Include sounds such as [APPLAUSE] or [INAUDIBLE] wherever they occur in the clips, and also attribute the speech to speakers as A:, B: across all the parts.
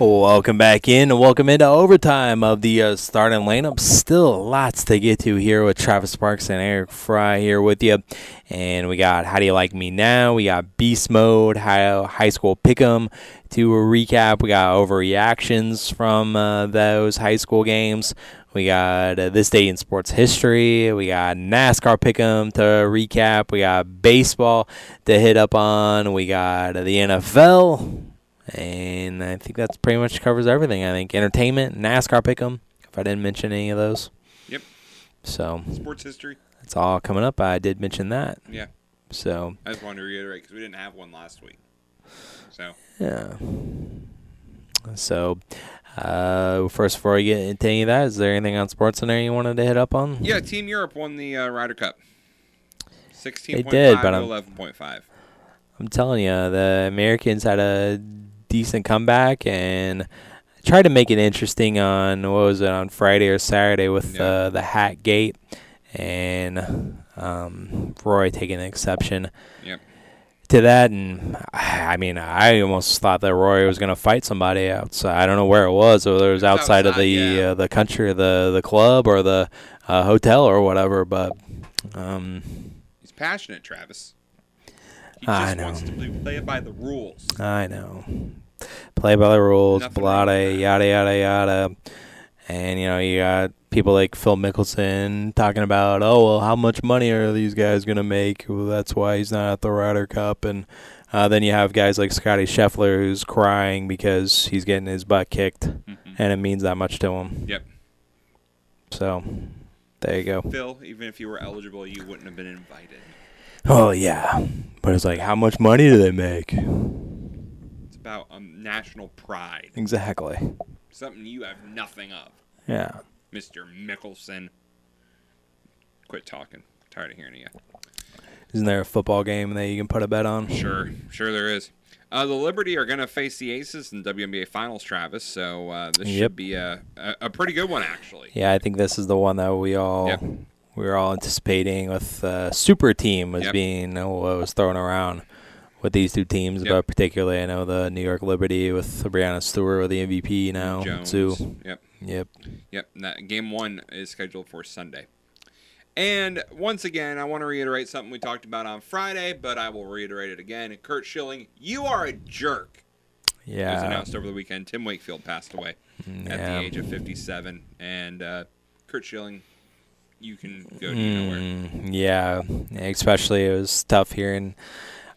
A: Welcome back in and welcome into overtime of the uh, starting lineup. Still lots to get to here with Travis Sparks and Eric Fry here with you. And we got How Do You Like Me Now? We got Beast Mode, High, high School Pick'em. To recap, we got overreactions from uh, those high school games. We got uh, This Day in Sports History. We got NASCAR Pick'em to recap. We got baseball to hit up on. We got uh, the NFL. And I think that's pretty much covers everything. I think entertainment, NASCAR pick'em. If I didn't mention any of those,
B: Yep.
A: so
B: Sports history.
A: it's all coming up. I did mention that.
B: Yeah.
A: So
B: I just wanted to reiterate because we didn't have one last week. So
A: yeah. So uh, first, before I get into any of that, is there anything on sports in there you wanted to hit up on?
B: yeah, Team Europe won the uh, Ryder Cup. Sixteen point
A: did,
B: five
A: but
B: to
A: I'm-
B: eleven point five.
A: I'm telling you, the Americans had a decent comeback and tried to make it interesting on what was it on Friday or Saturday with
B: Yeah.
A: uh, the hat gate and um, Roy taking an exception
B: Yep.
A: to that. And I mean, I almost thought that Roy was going to fight somebody outside. I don't know where it was, whether it was
B: It was
A: outside, of
B: outside,
A: the
B: yeah.
A: uh, the country, the the club, or the uh, hotel or whatever. But um,
B: He's passionate, Travis. He just
A: I know.
B: wants to be- play by the rules.
A: I know. Play by the rules,
B: Nothing wrong
A: blada,
B: with that.
A: yada yada yada. And you know, you got people like Phil Mickelson talking about, oh well, how much money are these guys gonna make? Well, that's why he's not at the Ryder Cup. And uh, then you have guys like Scotty Scheffler who's crying because he's getting his butt kicked, and it means that much to him.
B: Mm-hmm. Yep.
A: So there you go.
B: Phil, even if you were eligible, you wouldn't have been invited.
A: Oh yeah, but it's like, how much money do they make?
B: It's about um, national pride,
A: Exactly.
B: something you have nothing of,
A: Yeah.
B: Mister Mickelson. Quit talking. tired of hearing you.
A: Isn't there a football game that you can put a bet on?
B: Sure, sure there is. Uh, the Liberty are going to face the Aces in WNBA Finals, Travis. So uh, this
A: Yep.
B: should be a, a a pretty good one, actually.
A: Yeah, I think this is the one that we all
B: Yep.
A: we were all anticipating with uh, super team as
B: Yep.
A: being uh, what was thrown around with these two teams,
B: Yep.
A: but particularly I know the New York Liberty with Brianna Stewart with the MVP now
B: Jones.
A: too.
B: Yep,
A: Yep.
B: yep. and that- game one is scheduled for Sunday. And once again, I want to reiterate something we talked about on Friday, but I will reiterate it again. Kurt Schilling, you are a jerk. It was
A: Yeah.
B: announced over the weekend. Tim Wakefield passed away at
A: Yeah.
B: the age of 57, and uh, Kurt Schilling, you can go to nowhere.
A: Mm, yeah. Especially it was tough hearing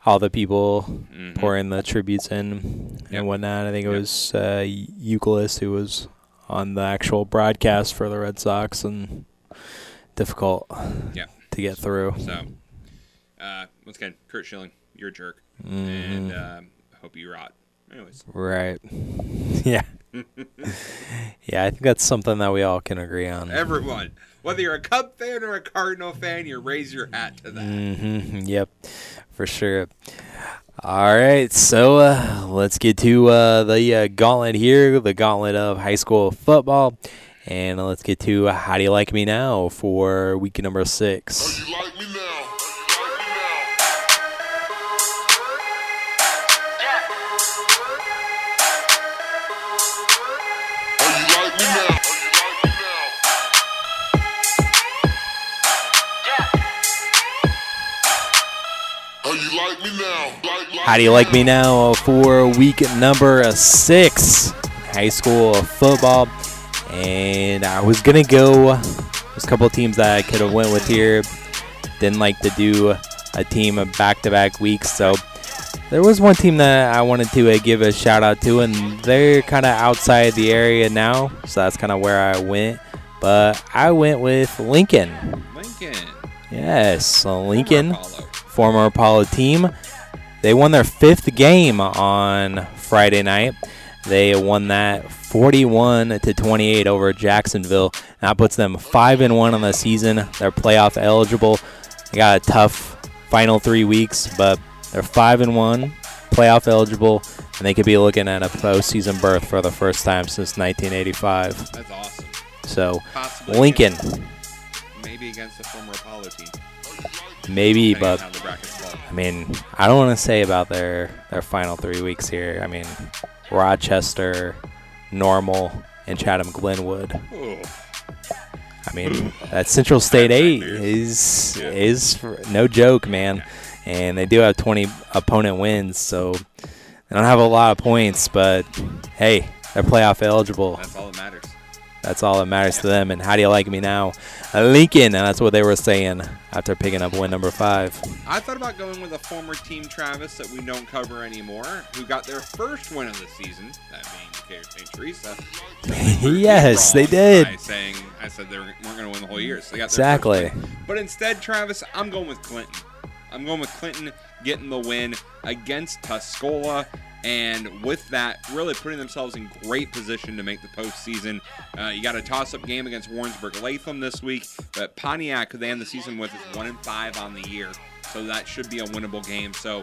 A: all the people pouring the tributes in
B: Mm-hmm. Yep.
A: and whatnot. I think it
B: Yep.
A: was uh, Euclid who was on the actual broadcast for the Red Sox and difficult.
B: Yeah.
A: to get through.
B: So, uh, once again, Kurt Schilling, you're a jerk, and um, hope you rot. Anyways,
A: Right. [LAUGHS] Yeah. yeah, I think that's something that we all can agree on.
B: everyone, whether you're a Cub fan or a Cardinal fan, you raise your hat to that.
A: hmm Yep, for sure. All right, so uh, let's get to uh, the uh, gauntlet here, the gauntlet of high school football. And let's get to uh, How Do You Like Me Now for week number six.
C: You like me now. Oh, you like me now. Oh, you like me now. Like, like
A: How do you like me now for week number six, high school football? And I was gonna go. There's a couple of teams that I could have went with here. Didn't like to do a team of back-to-back weeks, so there was one team that I wanted to uh, give a shout out to, and they're kind of outside the area now, so that's kind of where I went. But I went with Lincoln.
B: Lincoln,
A: Yes, Lincoln
B: Homer Apollo.
A: former Apollo team. They won their fifth game on Friday night. They won that 41 to 28 over Jacksonville. And that puts them five and one on the season. They're playoff eligible. They got a tough final three weeks, but they're five and one, playoff eligible, and they could be looking at a postseason berth for the first time since 1985.
B: That's awesome.
A: So,
B: Possibly
A: Lincoln,
B: maybe against the former Apollo team.
A: maybe,
B: depending on
A: but
B: how the brackets fall.
A: I mean, I don't want to say about their their final three weeks here. I mean, Rochester, Normal, and Chatham Glenwood.
B: Ooh.
A: I
B: [LAUGHS]
A: mean, that Central State eight
B: dude.
A: is
B: Yeah.
A: is for- no joke, man. And they do have 20 opponent wins, so they don't have a lot of points. But hey, they're playoff eligible.
B: That's all that matters.
A: That's all that matters to them. And how do you like me now, Lincoln? And that's what they were saying after picking up win number five. [LAUGHS]
B: I thought about going with a former team, Travis, that we don't cover anymore, who got their first win of the season, that being St. Teresa.
A: yes, they
B: Wrong
A: did.
B: By saying I said they were- weren't going to win the whole year, so they got their first
A: Exactly.
B: But instead, Travis, I'm going with Clinton. I'm going with Clinton getting the win against Tuscola, and with that, really putting themselves in great position to make the postseason. Uh, you got a toss-up game against Warrensburg Latham this week, but Pontiac, who they end the season with, is one and five on the year, so that should be a winnable game. So.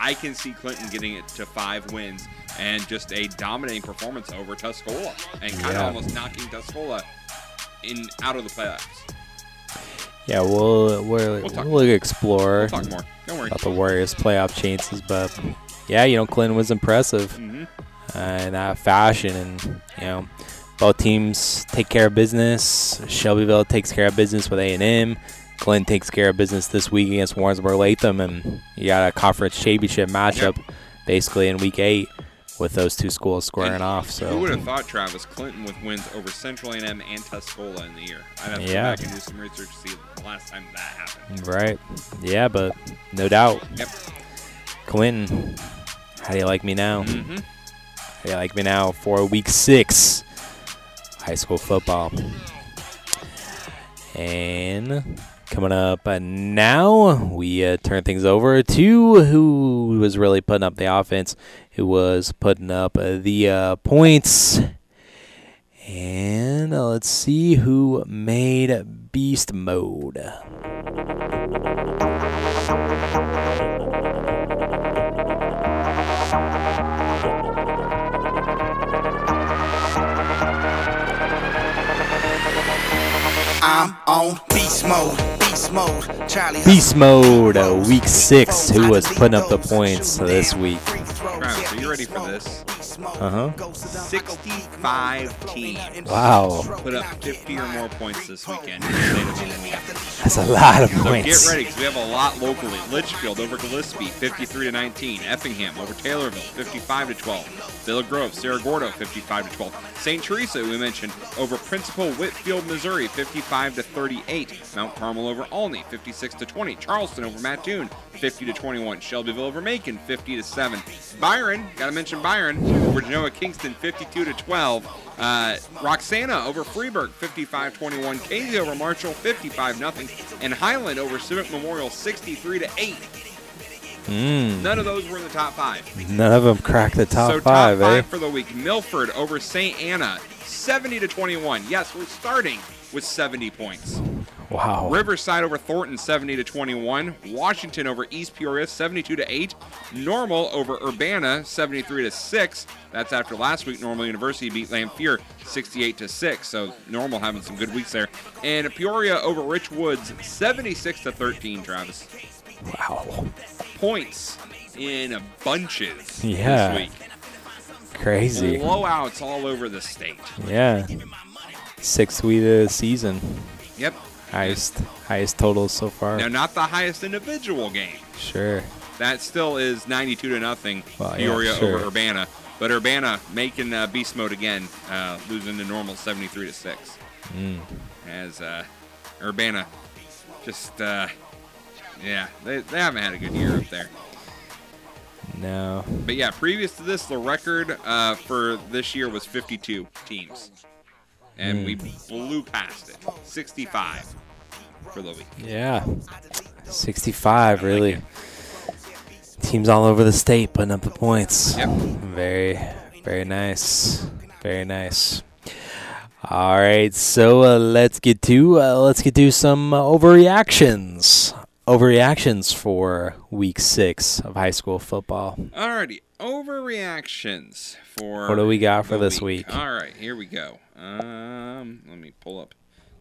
B: I can see Clinton getting it to five wins and just a dominating performance over Tuscola and kind of
A: Yeah.
B: almost knocking Tuscola in out of the playoffs.
A: Yeah, we'll we'll, we'll,
B: talk-
A: explore
B: We'll talk more. Don't worry.
A: about the Warriors' playoff chances, but yeah, you know Clinton was impressive
B: Mhm.
A: uh, in that fashion, and you know both teams take care of business. Shelbyville takes care of business with A and M. Clinton takes care of business this week against Warrensburg Latham, and you got a conference championship matchup basically in week eight with those two schools squaring
B: And
A: off.
B: Who would
A: So
B: have thought Travis Clinton with wins over Central A&M and Tuscola in the year? I'd have to go
A: Yeah.
B: back and do some research to see the last time that happened.
A: right, yeah, but no doubt
B: Yep.
A: Clinton. How do you like me now?
B: hmm
A: Hey, like me now for week six, high school football. And coming up uh, now, we uh, turn things over to who was really putting up the offense, who was putting up uh, the uh, points. And uh, let's see who made beast mode.
D: I'm on beast mode, beast mode, Charlie.
A: Beast mode, uh, week six. Who was putting up the points this week?
B: Travis, are you ready for this?
A: Uh-huh.
B: 65 teams.
A: Wow.
B: Put up 50 or more points this weekend. in the state of Illinois.
A: That's a lot of
B: So
A: points.
B: get ready because we have a lot locally. Litchfield over Gillespie, 53 to 19. Effingham over Taylorville, 55 to 12. Villa Grove, Sarah Gordo, 55 to 12. St. Teresa, we mentioned, over Principal Whitfield, Missouri, 55 to 38. Mount Carmel over Alney, 56 to 20. Charleston over Mattoon, 50 to 21. Shelbyville over Macon, 50 to 7. Byron, gotta mention Byron, over Genoa Kingston, 52 to 12. Uh, Roxana over Freeburg, 55-21. Casey over Marshall, 55-0. And Highland over Civic Memorial, 63 to 8. None of those were in the top five.
A: Mm, None of them cracked the Hmm. top
B: so
A: five,
B: top
A: eh?
B: five for the week. Milford over St. Anna, 70 to 21. Yes, we're starting with 70 points.
A: Wow.
B: Riverside over Thornton, 70 to 21. Washington over East Peoria, 72 to 8. Normal over Urbana, 73 to 6. That's after last week. Normal University beat Lamphere, 68 to 6. So Normal having some good weeks there. And Peoria over Rich Woods, 76 to 13. Travis
A: Wow.
B: points in bunches
A: Yeah.
B: this week.
A: Crazy.
B: Blowouts all over the state.
A: Yeah. Sixth week of the season.
B: Yep.
A: Highest highest totals so far.
B: Now, not the highest individual game.
A: Sure.
B: That still is 92 to nothing.
A: Well, yeah,
B: Peoria
A: sure.
B: over Urbana, but Urbana making uh, beast mode again, uh, losing to normal 73 to six.
A: Hmm.
B: As uh, Urbana, just uh, yeah, they, they haven't had a good year up there.
A: No.
B: But yeah, previous to this, the record uh, for this year was 52 teams, and we
A: Hmm.
B: blew past it, 65 for the week.
A: Yeah. 65, really. Teams all over the state putting up the points.
B: Yep.
A: Very, very nice. Very nice. All right, so uh, let's get to uh, let's get to some uh, overreactions. Overreactions for week six of high school football.
B: Alrighty, overreactions for
A: What do we got for
B: the
A: this week?
B: All right, here we go. Um, let me pull up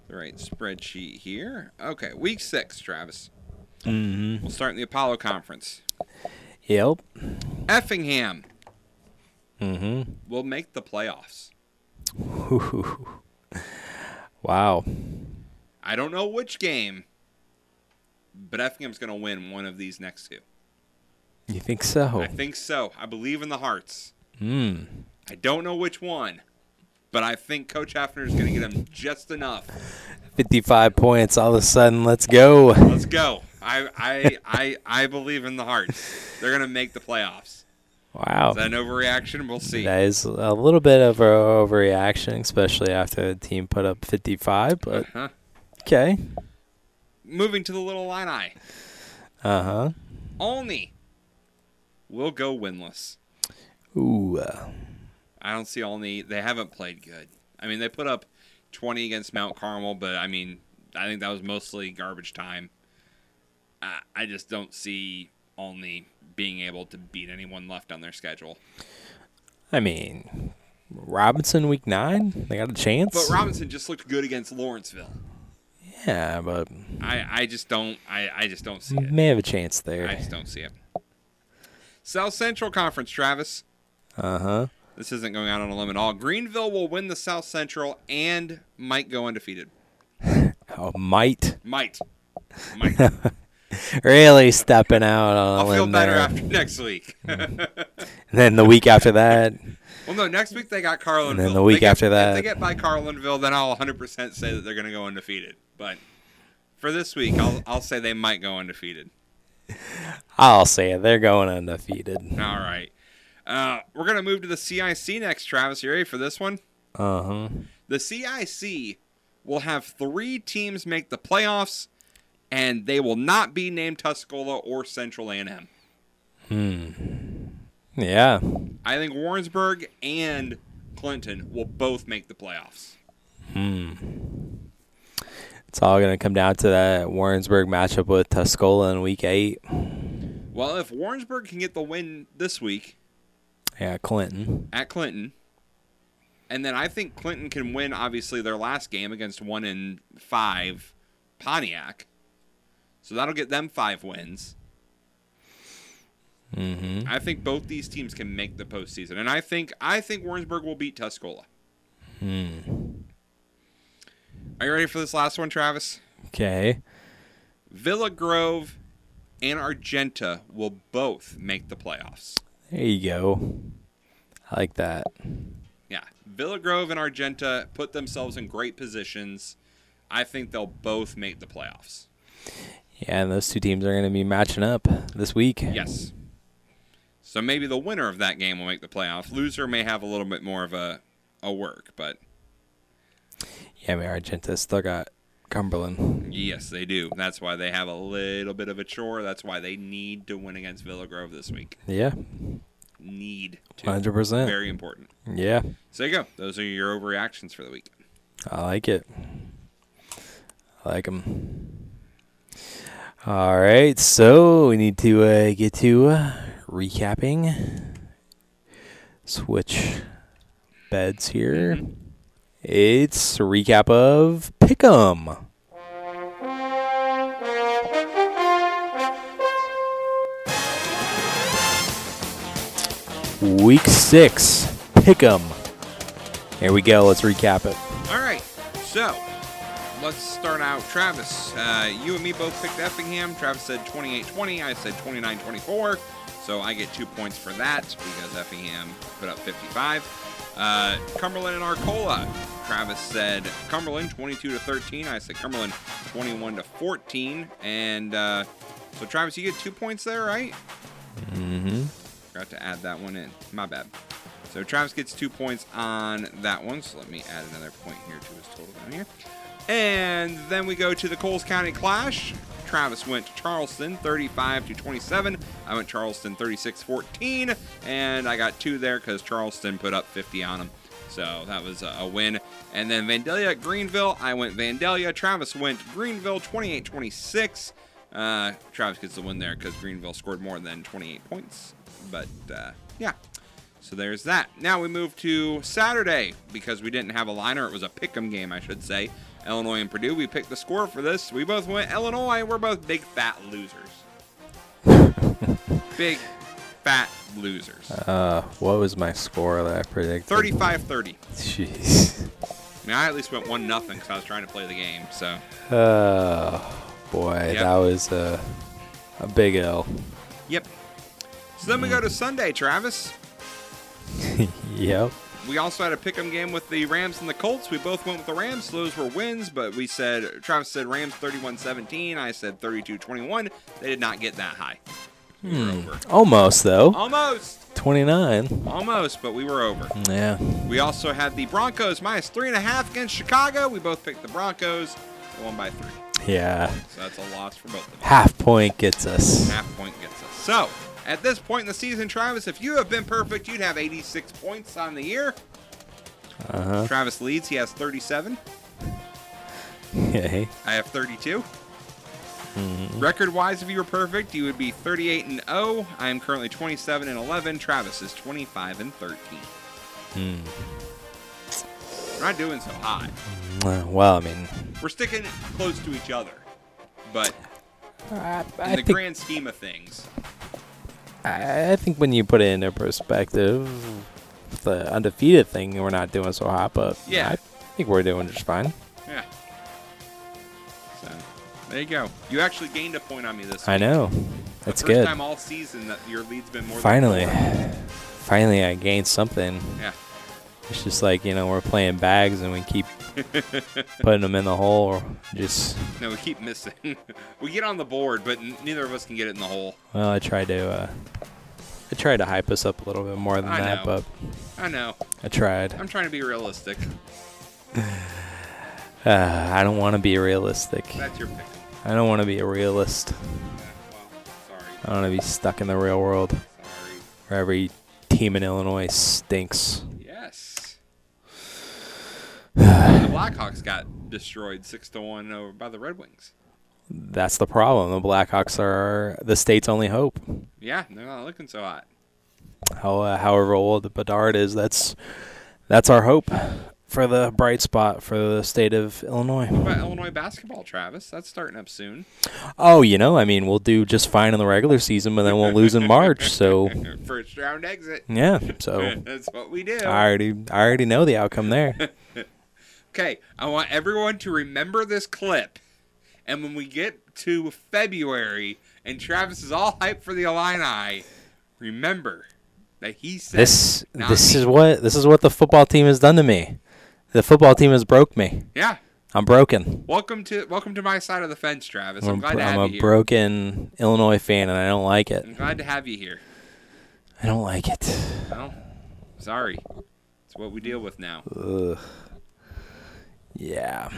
B: the right spreadsheet here. Okay, week six, Travis. Mm-hmm. We'll start in the Apollo Conference.
A: Yep. [LAUGHS]
B: Effingham
A: Mm-hmm.
B: will make the playoffs.
A: Wow.
B: I don't know which game, but Effingham's going to win one of these next two.
A: You think so?
B: I think so. I believe in the hearts. I don't know which one, but I think Coach Hefner is going to get him just enough.
A: 55 points all of a sudden. Let's go.
B: Let's go. I I I, I believe in the hearts. They're going to make the playoffs.
A: Wow.
B: Is that an overreaction? We'll see.
A: That is a little bit of a overreaction, especially after the team put up 55, but
B: Huh.
A: okay.
B: Moving to the little line eye.
A: Uh huh.
B: Olney will go winless.
A: Ooh. uh,
B: I don't see Olney. They haven't played good. I mean, they put up 20 against Mount Carmel, but I mean, I think that was mostly garbage time. I, I just don't see Olney being able to beat anyone left on their schedule.
A: I mean, Robinson week nine? They got a chance?
B: But Robinson just looked good against Lawrenceville.
A: yeah, but
B: I, I just don't I, I just don't see it.
A: may have a chance
B: I
A: there.
B: just don't see it. South Central Conference, Travis.
A: Uh huh.
B: This isn't going out on a limb at all. Greenville will win the South Central and might go undefeated.
A: Oh, might.
B: Might. Might.
A: Really stepping out on a
B: I'll feel
A: limb
B: better
A: there.
B: after [LAUGHS] next week.
A: And then the week after that.
B: well, no, next week they got Carlinville.
A: And then the
B: If they
A: week
B: get-
A: after
B: if they
A: that.
B: get by Carlinville, then I'll 100% say that they're going to go undefeated. But for this week, I'll, I'll say they might go undefeated.
A: I'll say it. They're going undefeated.
B: All right. Uh, we're going to move to the CIC next, Travis. You ready for this one?
A: Uh huh.
B: The CIC will have three teams make the playoffs, and they will not be named Tuscola or Central A&M.
A: Yeah.
B: I think Warrensburg and Clinton will both make the playoffs.
A: It's all going to come down to that Warrensburg matchup with Tuscola in week eight.
B: Well, if Warrensburg can get the win this week
A: Yeah, Clinton.
B: at Clinton, and then I think Clinton can win obviously their last game against one in five Pontiac. So that'll get them five wins. Mm-hmm. I think both these teams can make the postseason, and I think I think Warrensburg will beat Tuscola. Are you ready for this last one, Travis?
A: Okay.
B: Villa Grove and Argenta will both make the playoffs.
A: There you go. I like that.
B: Yeah. Villa Grove and Argenta put themselves in great positions. I think they'll both make the playoffs.
A: Yeah, and those two teams are going to be matching up this week.
B: Yes. So maybe the winner of that game will make the playoff. Loser may have a little bit more of a, a work, but
A: Yeah, I mean, Argenta still got Cumberland.
B: yes, they do. That's why they have a little bit of a chore. That's why they need to win against Villa Grove this week.
A: Yeah,
B: Need to.
A: 100%.
B: Very important.
A: Yeah,
B: So there you go. Those are your overreactions for the week.
A: I like it. I like them. All right, so we need to uh, get to uh, recapping. Switch beds here. It's a recap of Pick'em. Week six, Pick'em. Here we go. Let's recap it.
B: All right, so let's start out. Travis, uh, you and me both picked Effingham. Travis said 28-20. I said 29-24. So I get two points for that because Effingham put up 55. Uh, Cumberland and Arcola. Travis said Cumberland 22 to 13. I said Cumberland 21 to 14. And uh, so Travis, you get two points there, right?
A: Mm-hmm.
B: Forgot to add that one in. My bad. So Travis gets two points on that one. So let me add another point here to his total down here. And then we go to the Coles County Clash. Travis went to Charleston 35 to 27. I went Charleston 36 14. And I got two there because Charleston put up 50 on them. So that was a a win. And then Vandalia at Greenville. I went Vandalia. Travis went Greenville 28 26. Uh, Travis gets the win there because Greenville scored more than 28 points. But uh, yeah, so there's that. Now we move to Saturday because we didn't have a liner. It was a pick'em game, I should say. Illinois and Purdue. We picked the score for this. We both went Illinois. We're both big fat losers. big fat losers.
A: Uh, what was my score that I predicted?
B: 35 30.
A: Jeez. [LAUGHS]
B: I mean, I at least went 1 nothing because I was trying to play the game. So,
A: Oh, boy. That was a, a big L.
B: yep. So then we go to Sunday, Travis.
A: Yep.
B: We also had a pick 'em game with the Rams and the Colts. We both went with the Rams. Those were wins, but we said Travis said Rams 31-17. I said 32-21. They did not get that high. We were over.
A: Almost, though.
B: Almost,
A: 29.
B: almost, but we were over.
A: Yeah.
B: We also had the Broncos minus three and a half against Chicago. We both picked the Broncos, one by three.
A: Yeah.
B: So that's a loss for both of us.
A: Half point gets us.
B: Half point gets us. So at this point in the season, Travis, if you have been perfect, you'd have 86 points on the year.
A: Uh huh.
B: Travis leads. He has 37.
A: [LAUGHS] Okay.
B: I have 32.
A: Mm-hmm.
B: Record wise, if you were perfect, you would be 38 and 0. I am currently 27 and 11. Travis is 25 and 13.
A: Hmm.
B: We're not doing so high.
A: Uh, Well, I mean,
B: We're sticking close to each other, but
A: Uh, I,
B: in
A: I
B: the
A: think
B: grand scheme of things,
A: I I think when you put it into perspective, the undefeated thing, we're not doing so hot, but
B: Yeah.
A: I think we're doing just fine.
B: yeah. So there you go. You actually gained a point on me this.
A: I
B: week.
A: know.
B: The
A: That's
B: first
A: good.
B: time all season that your lead's been more. than
A: Finally,
B: four.
A: finally, I gained something.
B: Yeah.
A: It's just like you know we're playing bags and we
B: [LAUGHS]
A: keep putting them in the hole. Just
B: No, we keep missing. [LAUGHS] we get on the board, but n- neither of us can get it in the hole.
A: well, I tried to uh, I tried to hype us up a little bit more than
B: I
A: that,
B: know.
A: but
B: I know.
A: I tried.
B: I'm trying to be realistic.
A: Uh, I don't want to be realistic.
B: That's your pick.
A: I don't want to be a realist.
B: Yeah, well, sorry.
A: I want to be stuck in the real world
B: Sorry.
A: where every team in Illinois stinks.
B: Yes. [SIGHS] the Blackhawks got destroyed six to one over by the Red Wings.
A: That's the problem. The Blackhawks are the state's only hope.
B: Yeah, they're not looking so hot.
A: How, uh, however old Bedard is, that's that's our hope for the bright spot for the state of Illinois.
B: What about Illinois basketball, Travis? That's starting up soon. [LAUGHS]
A: Oh, you know, I mean, we'll do just fine in the regular season, but then we'll lose in March. So
B: First round exit. [LAUGHS]
A: yeah, so
B: That's what we do.
A: I already I already know the outcome there.
B: Okay, I want everyone to remember this clip. And when we get to February and Travis is all hyped for the Illini, remember that he said
A: This
B: not
A: this
B: me.
A: is what this is what the football team has done to me. The football team has broke me.
B: Yeah.
A: I'm broken.
B: Welcome to welcome to my side of the fence, Travis. I'm,
A: I'm,
B: glad
A: bro-
B: to
A: I'm
B: have
A: a
B: you here.
A: broken Illinois fan, and I don't like it.
B: I'm glad to have you here.
A: I don't like it.
B: Well, sorry. It's what we deal with now.
A: Ugh. Yeah.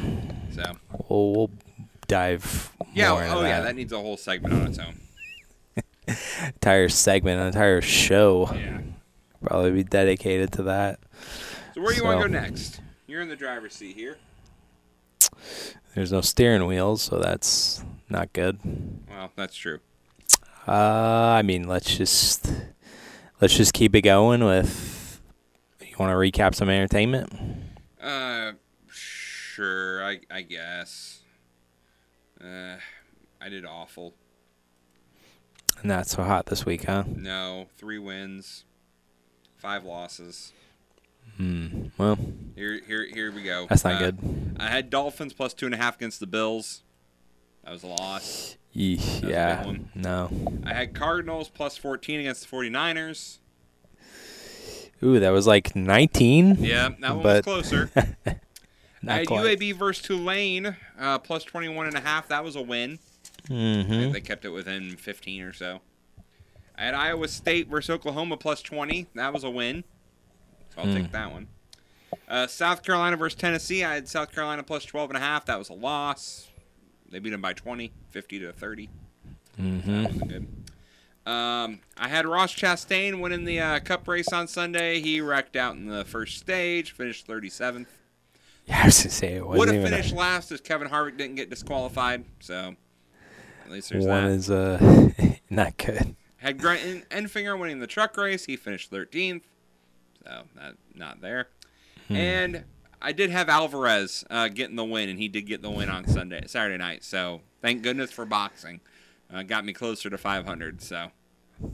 B: So
A: We'll, we'll dive
B: Yeah,
A: more into
B: oh
A: that.
B: yeah, that needs a whole segment on its own.
A: entire segment, an entire show
B: Yeah.
A: probably be dedicated to that.
B: So where do you want
A: So-
B: to go next? You're in the driver's seat here.
A: There's no steering wheels, so that's not good.
B: Well, that's true.
A: Uh, I mean, let's just let's just keep it going with. You want to recap some entertainment?
B: Uh, sure. I I guess. Uh, I did awful.
A: Not so hot this week, huh?
B: No, three wins, five losses.
A: Well,
B: Here here here we go.
A: that's not
B: Uh,
A: good.
B: I had Dolphins plus two and a half against the Bills. That was a loss.
A: Yee,
B: big
A: Yeah,
B: one.
A: no.
B: I had Cardinals plus 14 against the 49ers.
A: Ooh, that was like 19.
B: Yeah, that one was
A: But-
B: closer. I
A: not
B: had
A: quite.
B: UAB versus Tulane uh, plus 21 and a half. That was a win.
A: hmm
B: They kept it within 15 or so. I had Iowa State versus Oklahoma plus 20. That was a win. So I'll
A: Hmm.
B: take that one. Uh, South Carolina versus Tennessee. I had South Carolina plus 12 and a half. That was a loss. They beat them by 20, 50 to 30.
A: hmm
B: That wasn't good. Um, I had Ross Chastain winning the uh, cup race on Sunday. He wrecked out in the first stage, finished 37th.
A: Yeah, [LAUGHS] I was gonna say it
B: Would
A: wasn't
B: have
A: even. a-
B: finished last if Kevin Harvick didn't get disqualified. So at least there's
A: one
B: that.
A: is uh [LAUGHS] not good.
B: Had Grant Enfinger winning the truck race. He finished 13th. So not, not there.
A: Hmm.
B: And I did have Alvarez uh, getting the win, and he did get the win on Sunday, Saturday night. So thank goodness for boxing. Uh, got me closer to 500. So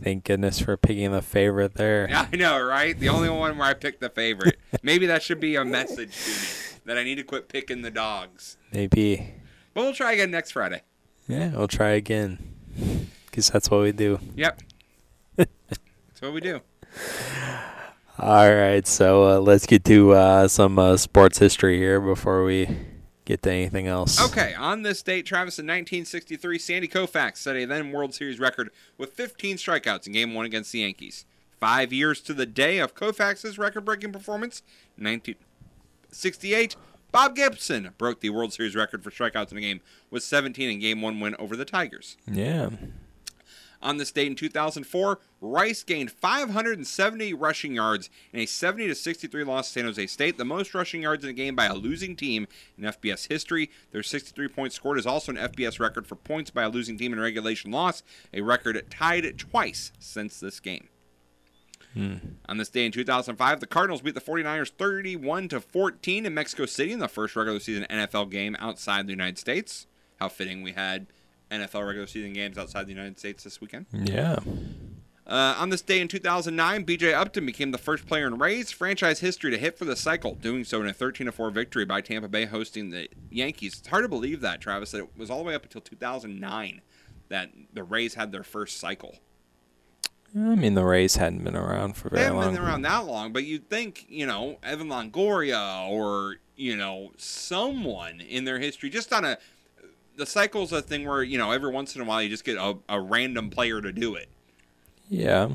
A: Thank goodness for picking the favorite there.
B: Yeah, I know, right? The only one where I picked the favorite. Maybe that should be a message to me that I need to quit picking the dogs.
A: Maybe.
B: But we'll try again next Friday.
A: Yeah, we'll try again. Because that's what we do.
B: Yep. That's what we do.
A: All right, so uh, let's get to uh, some uh, sports history here before we get to anything else.
B: Okay, on this date, Travis in 1963, Sandy Koufax set a then World Series record with 15 strikeouts in Game 1 against the Yankees. Five years to the day of Koufax's record breaking performance, 1968, Bob Gibson broke the World Series record for strikeouts in a game with 17 in Game 1 win over the Tigers.
A: Yeah.
B: On this date in 2004, Rice gained 570 rushing yards in a 70 to 63 loss to San Jose State, the most rushing yards in a game by a losing team in FBS history. Their 63 points scored is also an FBS record for points by a losing team in a regulation loss, a record tied twice since this game. On this day in 2005, the Cardinals beat the 49ers 31 to 14 in Mexico City in the first regular season NFL game outside the United States. How fitting we had NFL regular season games outside the United States this weekend.
A: Yeah.
B: Uh, on this day in 2009, BJ Upton became the first player in Rays franchise history to hit for the cycle, doing so in a 13 4 victory by Tampa Bay hosting the Yankees. It's hard to believe that, Travis, that it was all the way up until 2009 that the Rays had their first cycle.
A: I mean, the Rays hadn't been around for
B: They
A: very
B: haven't
A: long.
B: been around that long, but you'd think, you know, Evan Longoria or, you know, someone in their history, just on a. The cycle's a thing where, you know, every once in a while you just get a, a random player to do it.
A: Yeah.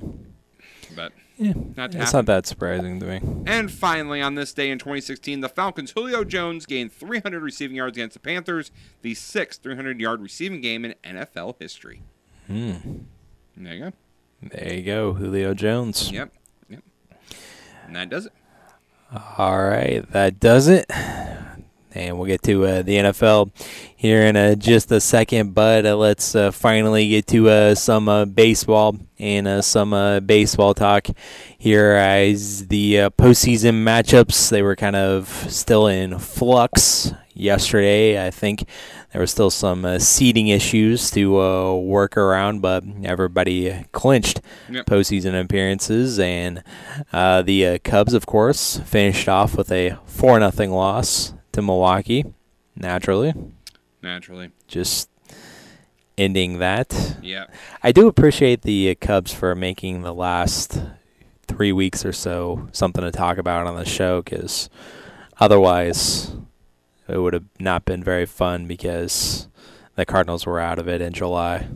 B: But.
A: Yeah. it's
B: Not happening.
A: not that surprising to me.
B: And finally, on this day in 2016, the Falcons' Julio Jones gained 300 receiving yards against the Panthers, the sixth 300 yard receiving game in NFL history. Hmm. There you go.
A: There you go, Julio Jones.
B: Yep. Yep. And that does it.
A: All right, that does it. And we'll get to uh, the NFL here in uh, just a second, but uh, let's uh, finally get to uh, some uh, baseball and uh, some uh, baseball talk here as the uh, postseason matchups they were kind of still in flux yesterday. I think there was still some uh, seeding issues to uh, work around, but everybody clinched
B: Yep.
A: postseason appearances, and uh, the uh, Cubs, of course, finished off with a four nothing loss to Milwaukee. Naturally,
B: Naturally.
A: just ending that.
B: Yeah.
A: I do appreciate the uh, Cubs for making the last three weeks or so something to talk about on the show, because otherwise it would have not been very fun because the Cardinals were out of it in July.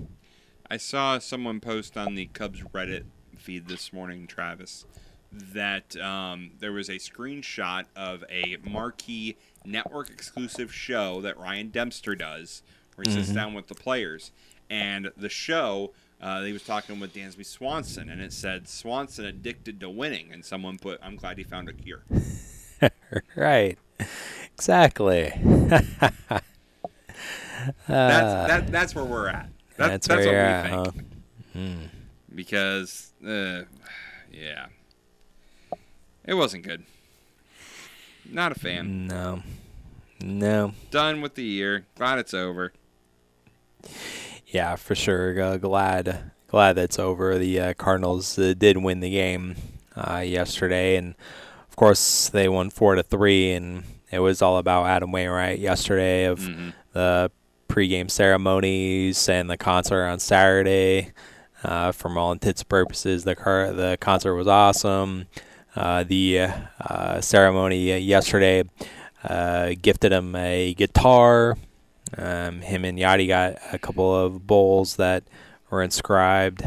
B: I saw someone post on the Cubs Reddit feed this morning, Travis, that um, there was a screenshot of a marquee network exclusive show that Ryan Dempster does, where he
A: Mm-hmm.
B: sits down with the players. And the show, uh, he was talking with Dansby Swanson, and it said Swanson addicted to winning, and someone put, "I'm glad he found a cure."
A: Uh. Right. Exactly.
B: that's that, that's where we're at. That, that's what we
A: you're
B: think.
A: huh?
B: Because, uh, yeah, it wasn't good. Not a fan.
A: No. No.
B: done with the year. Glad it's over.
A: Yeah, for sure. Uh, glad glad that's over. The uh, Cardinals uh, did win the game uh, yesterday and of course they won 4 to 3 and it was all about Adam Wainwright yesterday of the pregame ceremonies and the concert on Saturday. Uh, from all intents and purposes, the car the concert was awesome. Uh, the uh, uh, ceremony uh, yesterday uh, gifted him a guitar. Um, him and Yachty got a couple of bowls that were inscribed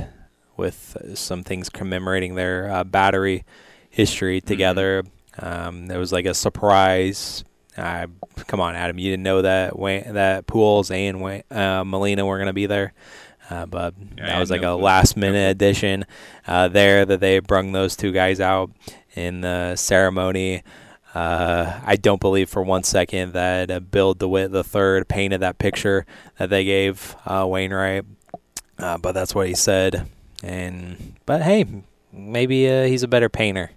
A: with uh, some things commemorating their uh, battery history
B: Mm-hmm.
A: together. Um, there was like a surprise. Uh, come on, Adam, you didn't know that Wayne, that Pools and Wayne, uh, Molina were gonna be there. Uh, but
B: Yeah, I
A: that
B: had
A: was like a
B: no clue.
A: last minute addition uh, there that they brung those two guys out in the ceremony. Uh, I don't believe for one second that uh, Bill DeWitt the third painted that picture that they gave uh, Wainwright, uh, but that's what he said. And but hey, maybe uh, he's a better painter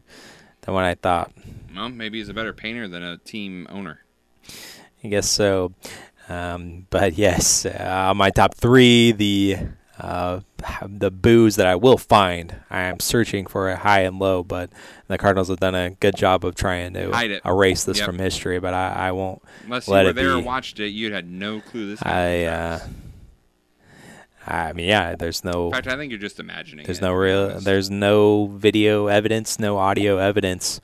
A: than what I thought.
B: Well, maybe he's a better painter than a team owner.
A: I guess so. Um, but yes, uh, my top three, the uh, the booze that I will find. I am searching for a high and low, but the Cardinals have done a good job of trying to
B: Hide it.
A: erase this
B: Yep.
A: from history. But I, I won't
B: Unless
A: let
B: you were
A: it
B: there
A: be.
B: and watched it, you'd had no clue this happened.
A: I, uh, I mean, yeah. There's no,
B: In fact, I think you're just imagining.
A: there's
B: it,
A: no
B: to be
A: real,
B: honest.
A: there's no video evidence, no audio evidence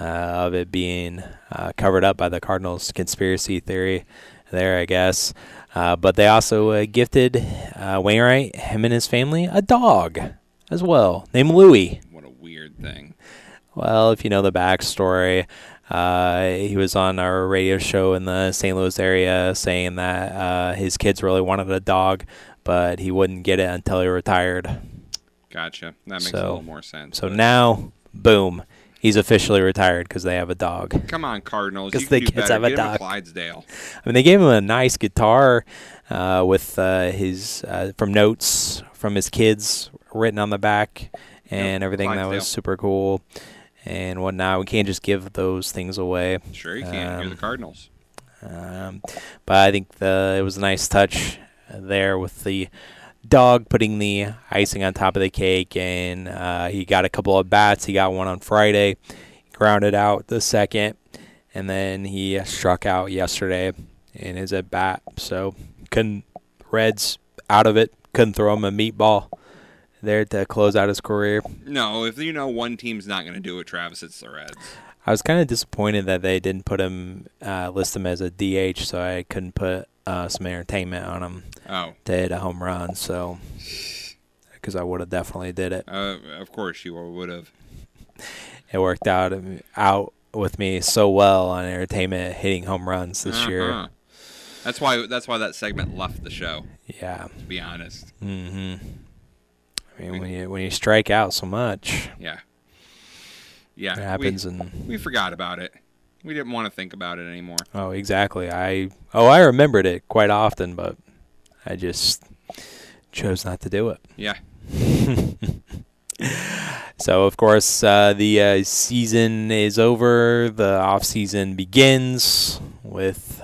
A: uh, of it being uh, covered up by the Cardinals' conspiracy theory. There, I guess. Uh, but they also uh, gifted uh, Wainwright, him and his family, a dog as well, named Louie.
B: What a weird thing.
A: Well, if you know the backstory, uh, he was on our radio show in the St. Louis area saying that uh, his kids really wanted a dog, but he wouldn't get it until he retired.
B: Gotcha. That makes a
A: So-
B: little more sense.
A: So
B: but-
A: now, boom, he's officially retired because they have a dog.
B: Come on, Cardinals.
A: 'Cause
B: you
A: the
B: can do
A: kids
B: better.
A: have a
B: Get him
A: dog.
B: Clydesdale.
A: I mean, they gave him a nice guitar uh, with uh, his uh, from notes from his kids written on the back and
B: Yep,
A: everything. That
B: Clydesdale.
A: was super cool and whatnot. We can't just give those things away.
B: Sure you can. You're the
A: Um,
B: Cardinals.
A: Um, but I think the it was a nice touch there with the dog putting the icing on top of the cake, and uh, he got a couple of bats. He got one on Friday, grounded out the second, and then he struck out yesterday in his at bat. So couldn't Reds out of it. Couldn't throw him a meatball there to close out his career.
B: No, if you know one team's not going to do it, Travis, it's the Reds.
A: I was kind of disappointed that they didn't put him uh, list him as a DH, so I couldn't put uh, some entertainment on him.
B: Oh,
A: to hit a home run. So, because I would have definitely did it.
B: uh, of course you would have.
A: It worked out um, out with me so well on entertainment hitting home runs this
B: Uh-huh.
A: year.
B: That's why. That's why that segment left the show.
A: Yeah,
B: To be honest.
A: I mean when you when you strike out so much,
B: Yeah. Yeah.
A: it
B: we-
A: happens. And
B: We, forgot about it. We didn't want to think about it anymore.
A: oh, exactly. I oh I remembered it quite often, but I just chose not to do it.
B: Yeah.
A: So of course uh, the uh, season is over. The off season begins with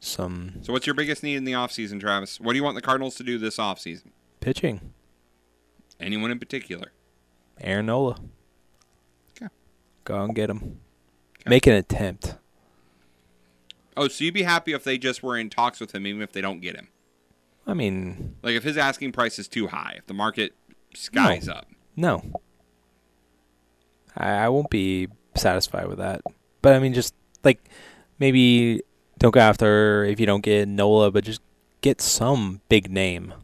A: some
B: So what's your biggest need in the offseason, Travis? What do you want the Cardinals to do this offseason?
A: pitching.
B: Anyone in particular?
A: Aaron Nola.
B: Okay.
A: Go and get him. Make an attempt.
B: Oh, so you'd be happy if they just were in talks with him, even if they don't get him.
A: I mean,
B: Like if his asking price is too high, if the market skies up.
A: no. I, I won't be satisfied with that. But I mean, just like maybe don't go after if you don't get Nola, but just get some big name.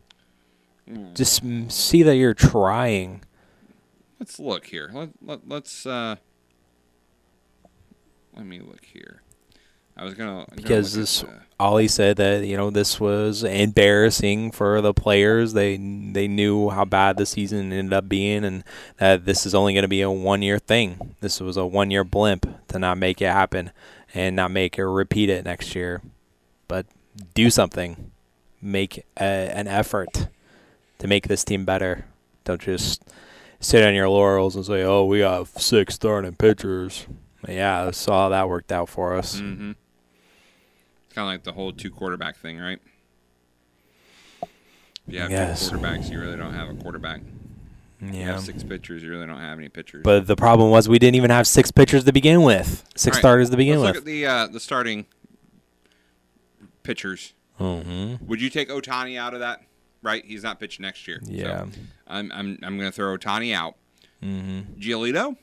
A: Just mm, see that you're trying.
B: Let's look here. Let, let, let's uh let me look here. I was gonna I'm gonna
A: because
B: look at
A: this
B: the-
A: Ollie said that you know this was embarrassing for the players. They they knew how bad the season ended up being, and that this is only going to be a one year thing. This was a one year blimp to not make it happen and not make it repeat it next year. But do something, make a, an effort to make this team better. Don't just sit on your laurels and say, "Oh, we have six starting pitchers." Yeah, I saw how that worked out for us.
B: It's kind of like the whole two quarterback thing, right? If you have
A: Yes.
B: two quarterbacks, you really don't have a quarterback. You
A: Yeah.
B: have six pitchers, you really don't have any pitchers.
A: But the problem was we didn't even have six pitchers to begin with,
B: All
A: six
B: right,
A: starters to begin
B: let's
A: with.
B: Look at the uh, the starting pitchers.
A: mm-hmm.
B: Would you take Otani out of that? Right, he's not pitching next year. so
A: Yeah.
B: I'm I'm I'm gonna throw Otani out. Mm-hmm. Giolito,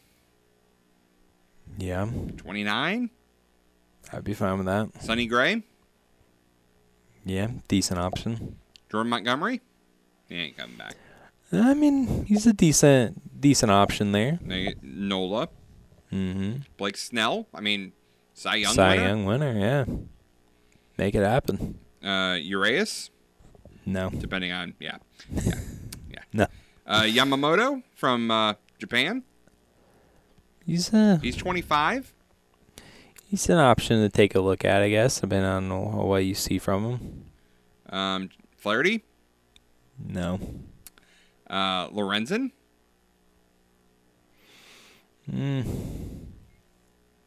A: Yeah,
B: 29.
A: I'd be fine with that.
B: Sonny Gray,
A: Yeah, decent option.
B: Jordan Montgomery. He ain't coming back.
A: I mean, he's a decent decent option there.
B: They- Nola,
A: Mm-hmm.
B: Blake Snell. I mean, Cy Young.
A: Cy
B: winner.
A: Young winner, yeah. Make it happen.
B: Uh, Urias,
A: No,
B: depending on yeah,
A: no.
B: uh, Yamamoto from uh, Japan.
A: He's a,
B: He's 25.
A: he's an option to take a look at, I guess, depending on wh- what you see from him.
B: Um, Flaherty,
A: No.
B: uh, Lorenzen,
A: Mm,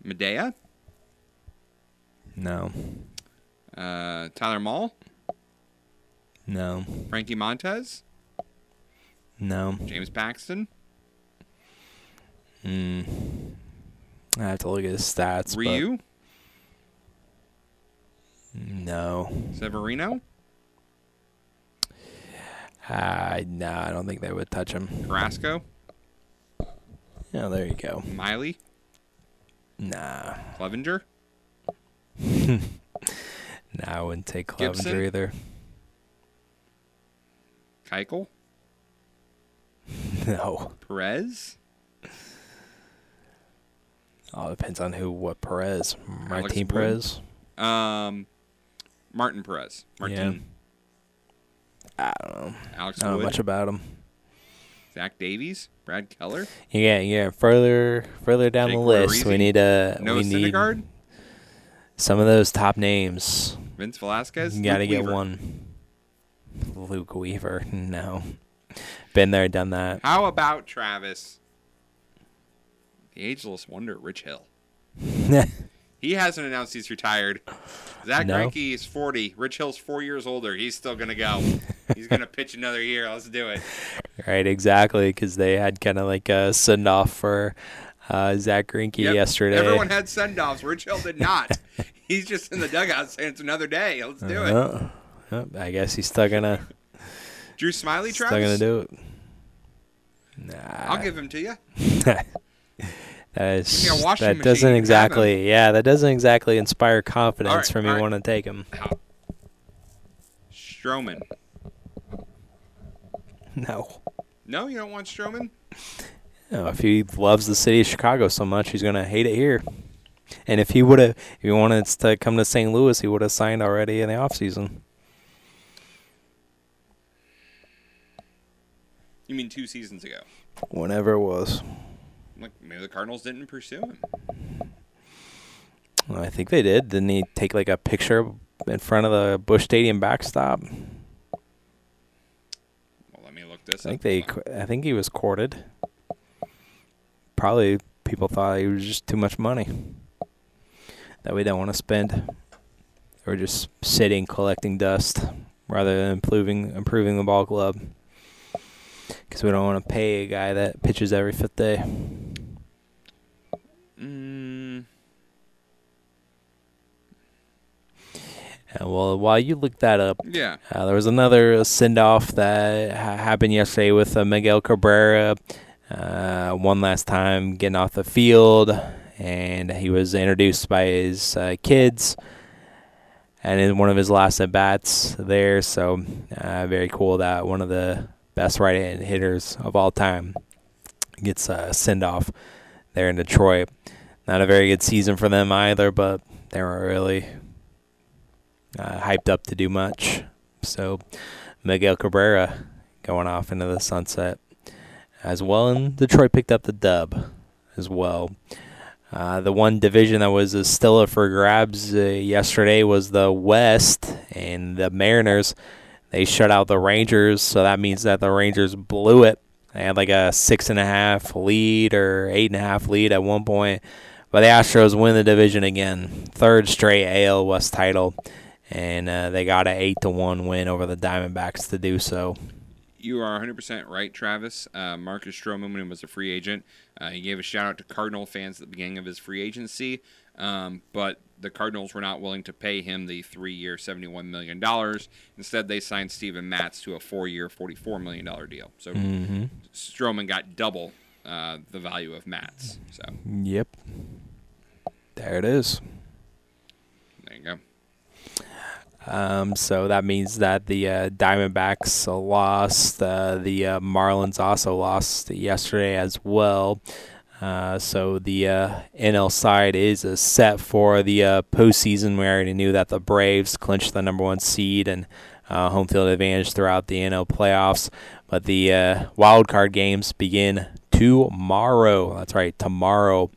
B: Medea,
A: no.
B: uh, Tyler Mall,
A: No.
B: Frankie Montez,
A: No,
B: James Paxton,
A: I have to look at his stats. but
B: Ryu,
A: no,
B: Severino,
A: I no, Ah, I don't think they would touch him.
B: Carrasco,
A: Yeah, there you go.
B: Miley,
A: Nah,
B: Clevenger,
A: nah, I wouldn't take Clevenger
B: Gibson?
A: either. [LAUGHS]
B: Keichel,
A: No,
B: Perez,
A: all depends on who. What Perez, Martin
B: Wood?
A: Perez.
B: um, Martin Perez, Martin, Alex
A: I don't know
B: Wood,
A: much about him.
B: Zach Davies, Brad Keller,
A: Yeah, yeah. Further, further down
B: Jake
A: the list, we
B: Odorizzi?
A: need a
B: Noah
A: we need
B: Syndergaard,
A: some of those top names.
B: Vince Velasquez.
A: You gotta
B: Luke
A: get
B: Weaver.
A: one. Luke Weaver, no. Been there, done that. [LAUGHS]
B: How about Travis? The ageless wonder, Rich Hill. He hasn't announced he's retired. Zach
A: No.
B: Greinke is 40. Rich Hill's four years older. He's still
A: [LAUGHS]
B: gonna go. he's gonna pitch another year. Let's do it.
A: right, exactly, because they had kind of like a send off for uh, Zach Greinke
B: Yep.
A: yesterday.
B: Everyone had send offs. Rich Hill did not. [LAUGHS] he's just in the dugout saying it's another day. Let's do it.
A: Uh, uh, I guess he's still gonna
B: Drew Smiley,
A: still
B: Travis.
A: gonna do it.
B: I'll give him to you.
A: that is,
B: me a
A: that
B: washing machine,
A: doesn't
B: grab 'em.
A: exactly yeah that doesn't exactly inspire confidence
B: Alright,
A: for me
B: alright.
A: wanting to take
B: [LAUGHS]
A: him.
B: Stroman.
A: No.
B: No, you don't want Stroman.
A: No, if he loves the city of Chicago so much, he's gonna hate it here. And if he would have, if he wanted to come to St. Louis, he would have signed already in the offseason.
B: You mean two seasons ago?
A: Whenever it was,
B: Like maybe the Cardinals didn't pursue him.
A: Well, I think they did. Didn't he take like a picture in front of the Bush Stadium backstop?
B: Well, let me look this.
A: I
B: up.
A: think they.
B: Hold on.
A: qu- I think he was courted. Probably people thought he was just too much money that we don't want to spend. Or just sitting collecting dust rather than improving improving the ball club. Because we don't want to pay a guy that pitches every fifth day.
B: Mm,
A: And well, while you look that up,
B: yeah.
A: Uh, there was another send off that ha- happened yesterday with uh, Miguel Cabrera. Uh, one last time getting off the field, and he was introduced by his uh, kids. And in one of his last at bats there, so uh, very cool that one of the best right hand hitters of all time gets a send off there in Detroit. Not a very good season for them either, but they weren't really uh, hyped up to do much. So Miguel Cabrera going off into the sunset as well. And Detroit picked up the dub as well. Uh, the one division that was uh, still up for grabs uh, yesterday was the West and the Mariners. They shut out the Rangers, so that means that the Rangers blew it. They had like a six and a half lead or eight and a half lead at one point, but the Astros win the division again, third straight AL West title, and uh, they got an eight to one win over the Diamondbacks to do so.
B: You are 100% right, Travis. Uh, Marcus Stroman when he was a free agent. Uh, he gave a shout out to Cardinal fans at the beginning of his free agency, um, but the Cardinals were not willing to pay him the three year, $71 million. Instead, they signed Steven Matz to a four year, $44 million deal. So Stroman got double uh, the value of Matz. So
A: Yep, there it is.
B: there you go.
A: Um, so that means that the uh, Diamondbacks uh, lost. Uh, the uh, Marlins also lost yesterday as well. Uh, so the uh, NL side is uh, set for the uh, postseason. We already knew that the Braves clinched the number one seed and uh, home field advantage throughout the NL playoffs. But the uh, wild card games begin tomorrow. That's right, tomorrow,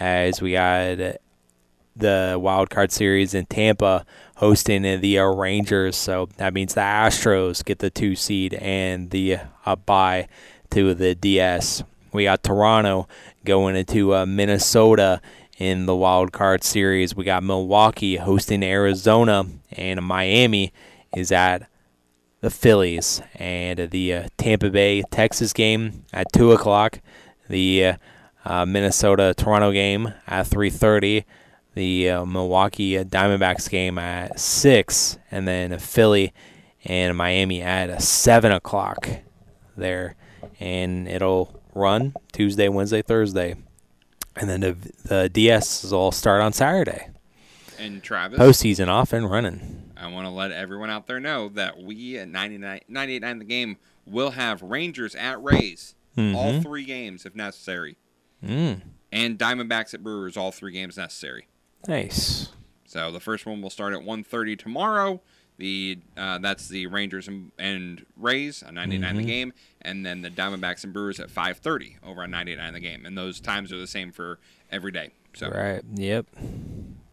A: as we got the wild card series in Tampa hosting the uh, Rangers. So that means the Astros get the two seed and the uh, bye to the DS. We got Toronto going into uh, Minnesota in the wild card series. We got Milwaukee hosting Arizona, and Miami is at the Phillies and the uh, Tampa Bay Texas game at two o'clock, the uh, uh, Minnesota Toronto game at three thirty, the uh, Milwaukee Diamondbacks game at six, and then Philly and Miami at uh, seven o'clock there, and it'll run Tuesday, Wednesday, Thursday, and then the, the DS will start on Saturday.
B: And Travis,
A: Postseason off and running.
B: I want to let everyone out there know that we at 99 98.9 The Game will have Rangers at Rays all three games if necessary. And Diamondbacks at Brewers all three games necessary.
A: Nice.
B: So the first one will start at 1.30 tomorrow. The uh, that's the Rangers and, and Rays on 99 the game, and then the Diamondbacks and Brewers at 5:30 over on 99 the game, and those times are the same for every day. So
A: Right. Yep.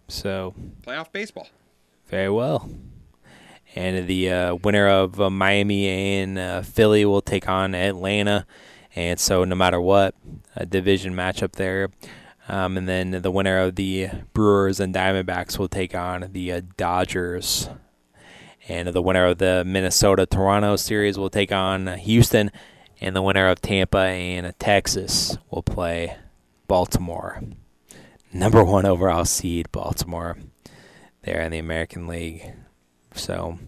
A: So
B: playoff baseball.
A: very well. And the uh, winner of uh, Miami and uh, Philly will take on Atlanta. And so, no matter what, a division matchup there. Um, and then the winner of the Brewers and Diamondbacks will take on the uh, Dodgers. And the winner of the Minnesota Toronto series will take on uh, Houston. And the winner of Tampa and uh, Texas will play Baltimore. Number one overall seed, Baltimore, there in the American League. So,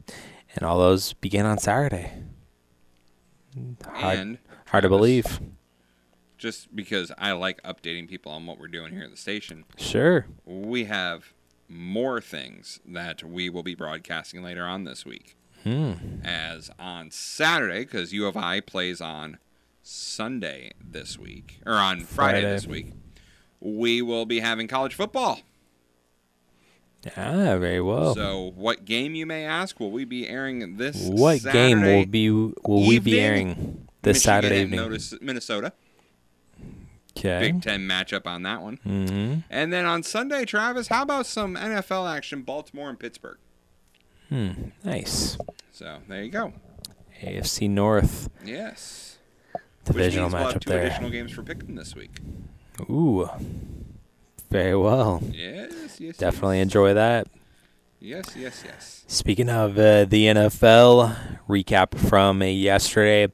A: and all those begin on Saturday. Hard,
B: And
A: hard to
B: Travis,
A: believe.
B: Just because I like updating people on what we're doing here at the station,
A: Sure.
B: we have more things that we will be broadcasting later on this week.
A: Hmm.
B: As on Saturday, because U of I plays on Sunday this week, or on Friday,
A: Friday.
B: this week, we will be having college football.
A: Ah, very well.
B: So, what game, you may ask, will we be airing this
A: what game will
B: Saturday?
A: be will we be
B: evening,
A: airing this
B: Michigan
A: Saturday
B: at
A: evening?
B: Notice- Minnesota.
A: Okay.
B: Big Ten matchup on that one. Mm-hmm. And then on Sunday, Travis, how about some NFL action, Baltimore and Pittsburgh?
A: Nice.
B: So there you go.
A: AFC North
B: Yes. Which
A: divisional
B: means we'll have
A: matchup
B: two
A: there.
B: additional games for picking this week.
A: Ooh. Very well.
B: Yes, yes, yes.
A: Definitely enjoy that.
B: Yes, yes, yes.
A: Speaking of uh, the NFL recap from uh, yesterday,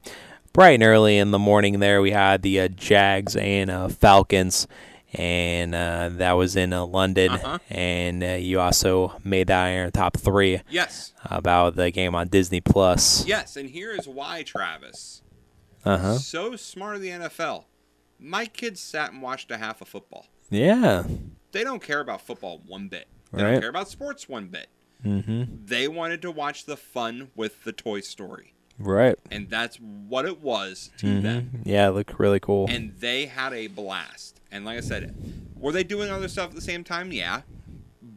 A: bright and early in the morning, there we had the uh, Jags and uh, Falcons, and uh, that was in uh, London.
B: Uh-huh.
A: And uh, you also made that in your top three
B: Yes,
A: about the game on Disney Plus.
B: yes. And here is why, Travis.
A: Uh huh.
B: So smart of the NFL. My kids sat and watched a half of football.
A: Yeah.
B: They don't care about football one bit. They
A: Right.
B: don't care about sports one bit. Mm-hmm. They wanted to watch the fun with the Toy Story.
A: Right.
B: And that's what it was to
A: Mm-hmm.
B: them.
A: Yeah, it looked really cool.
B: and they had a blast. And like I said, were they doing other stuff at the same time? Yeah.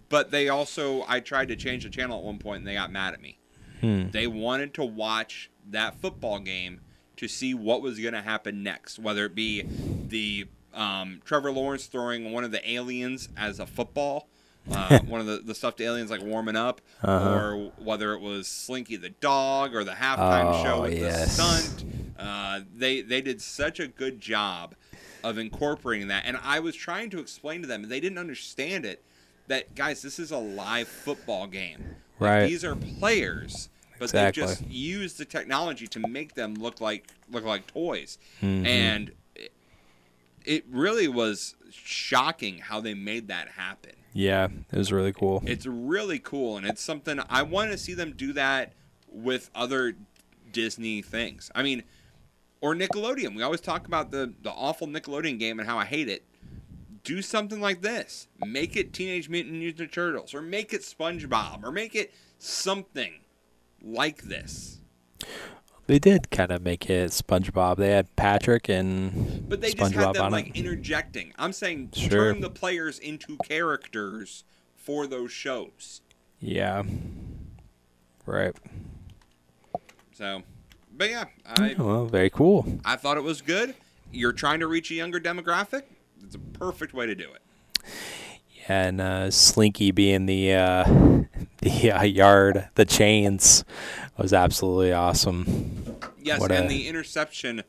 B: But they also, I tried to change the channel at one point and they got mad at me.
A: Hmm.
B: They wanted to watch that football game to see what was going to happen next, whether it be the um, Trevor Lawrence throwing one of the aliens as a football.
A: [LAUGHS]
B: Uh, one of the, the stuffed aliens like warming up,
A: Uh-huh.
B: or whether it was Slinky the dog or the halftime
A: Oh,
B: show with the
A: yes.
B: stunt uh, they they did such a good job of incorporating that, and I was trying to explain to them, and they didn't understand it. That guys, this is a live football game. Like,
A: Right.
B: these are players, but
A: Exactly.
B: they just used the technology to make them look like look like toys,
A: Mm-hmm.
B: and it, it really was shocking how they made that happen.
A: yeah, it was really cool.
B: It's really cool, and it's something I want to see them do that with other Disney things. I mean, or Nickelodeon. We always talk about the the awful Nickelodeon game and how I hate it. Do something like this. Make it Teenage Mutant Ninja Turtles, or make it SpongeBob, or make it something like this.
A: They did kind of make it SpongeBob. They had Patrick and
B: But they
A: SpongeBob
B: just had them
A: on
B: like
A: it.
B: interjecting. I'm saying
A: Sure.
B: turn the players into characters for those shows.
A: Yeah. Right.
B: So, but yeah, I
A: Oh, well, very cool.
B: I thought it was good. You're trying to reach a younger demographic. It's a perfect way to do it.
A: and uh, Slinky being the uh, [LAUGHS] the uh, yard, the chains was absolutely awesome.
B: Yes,
A: What
B: and
A: a-
B: the interception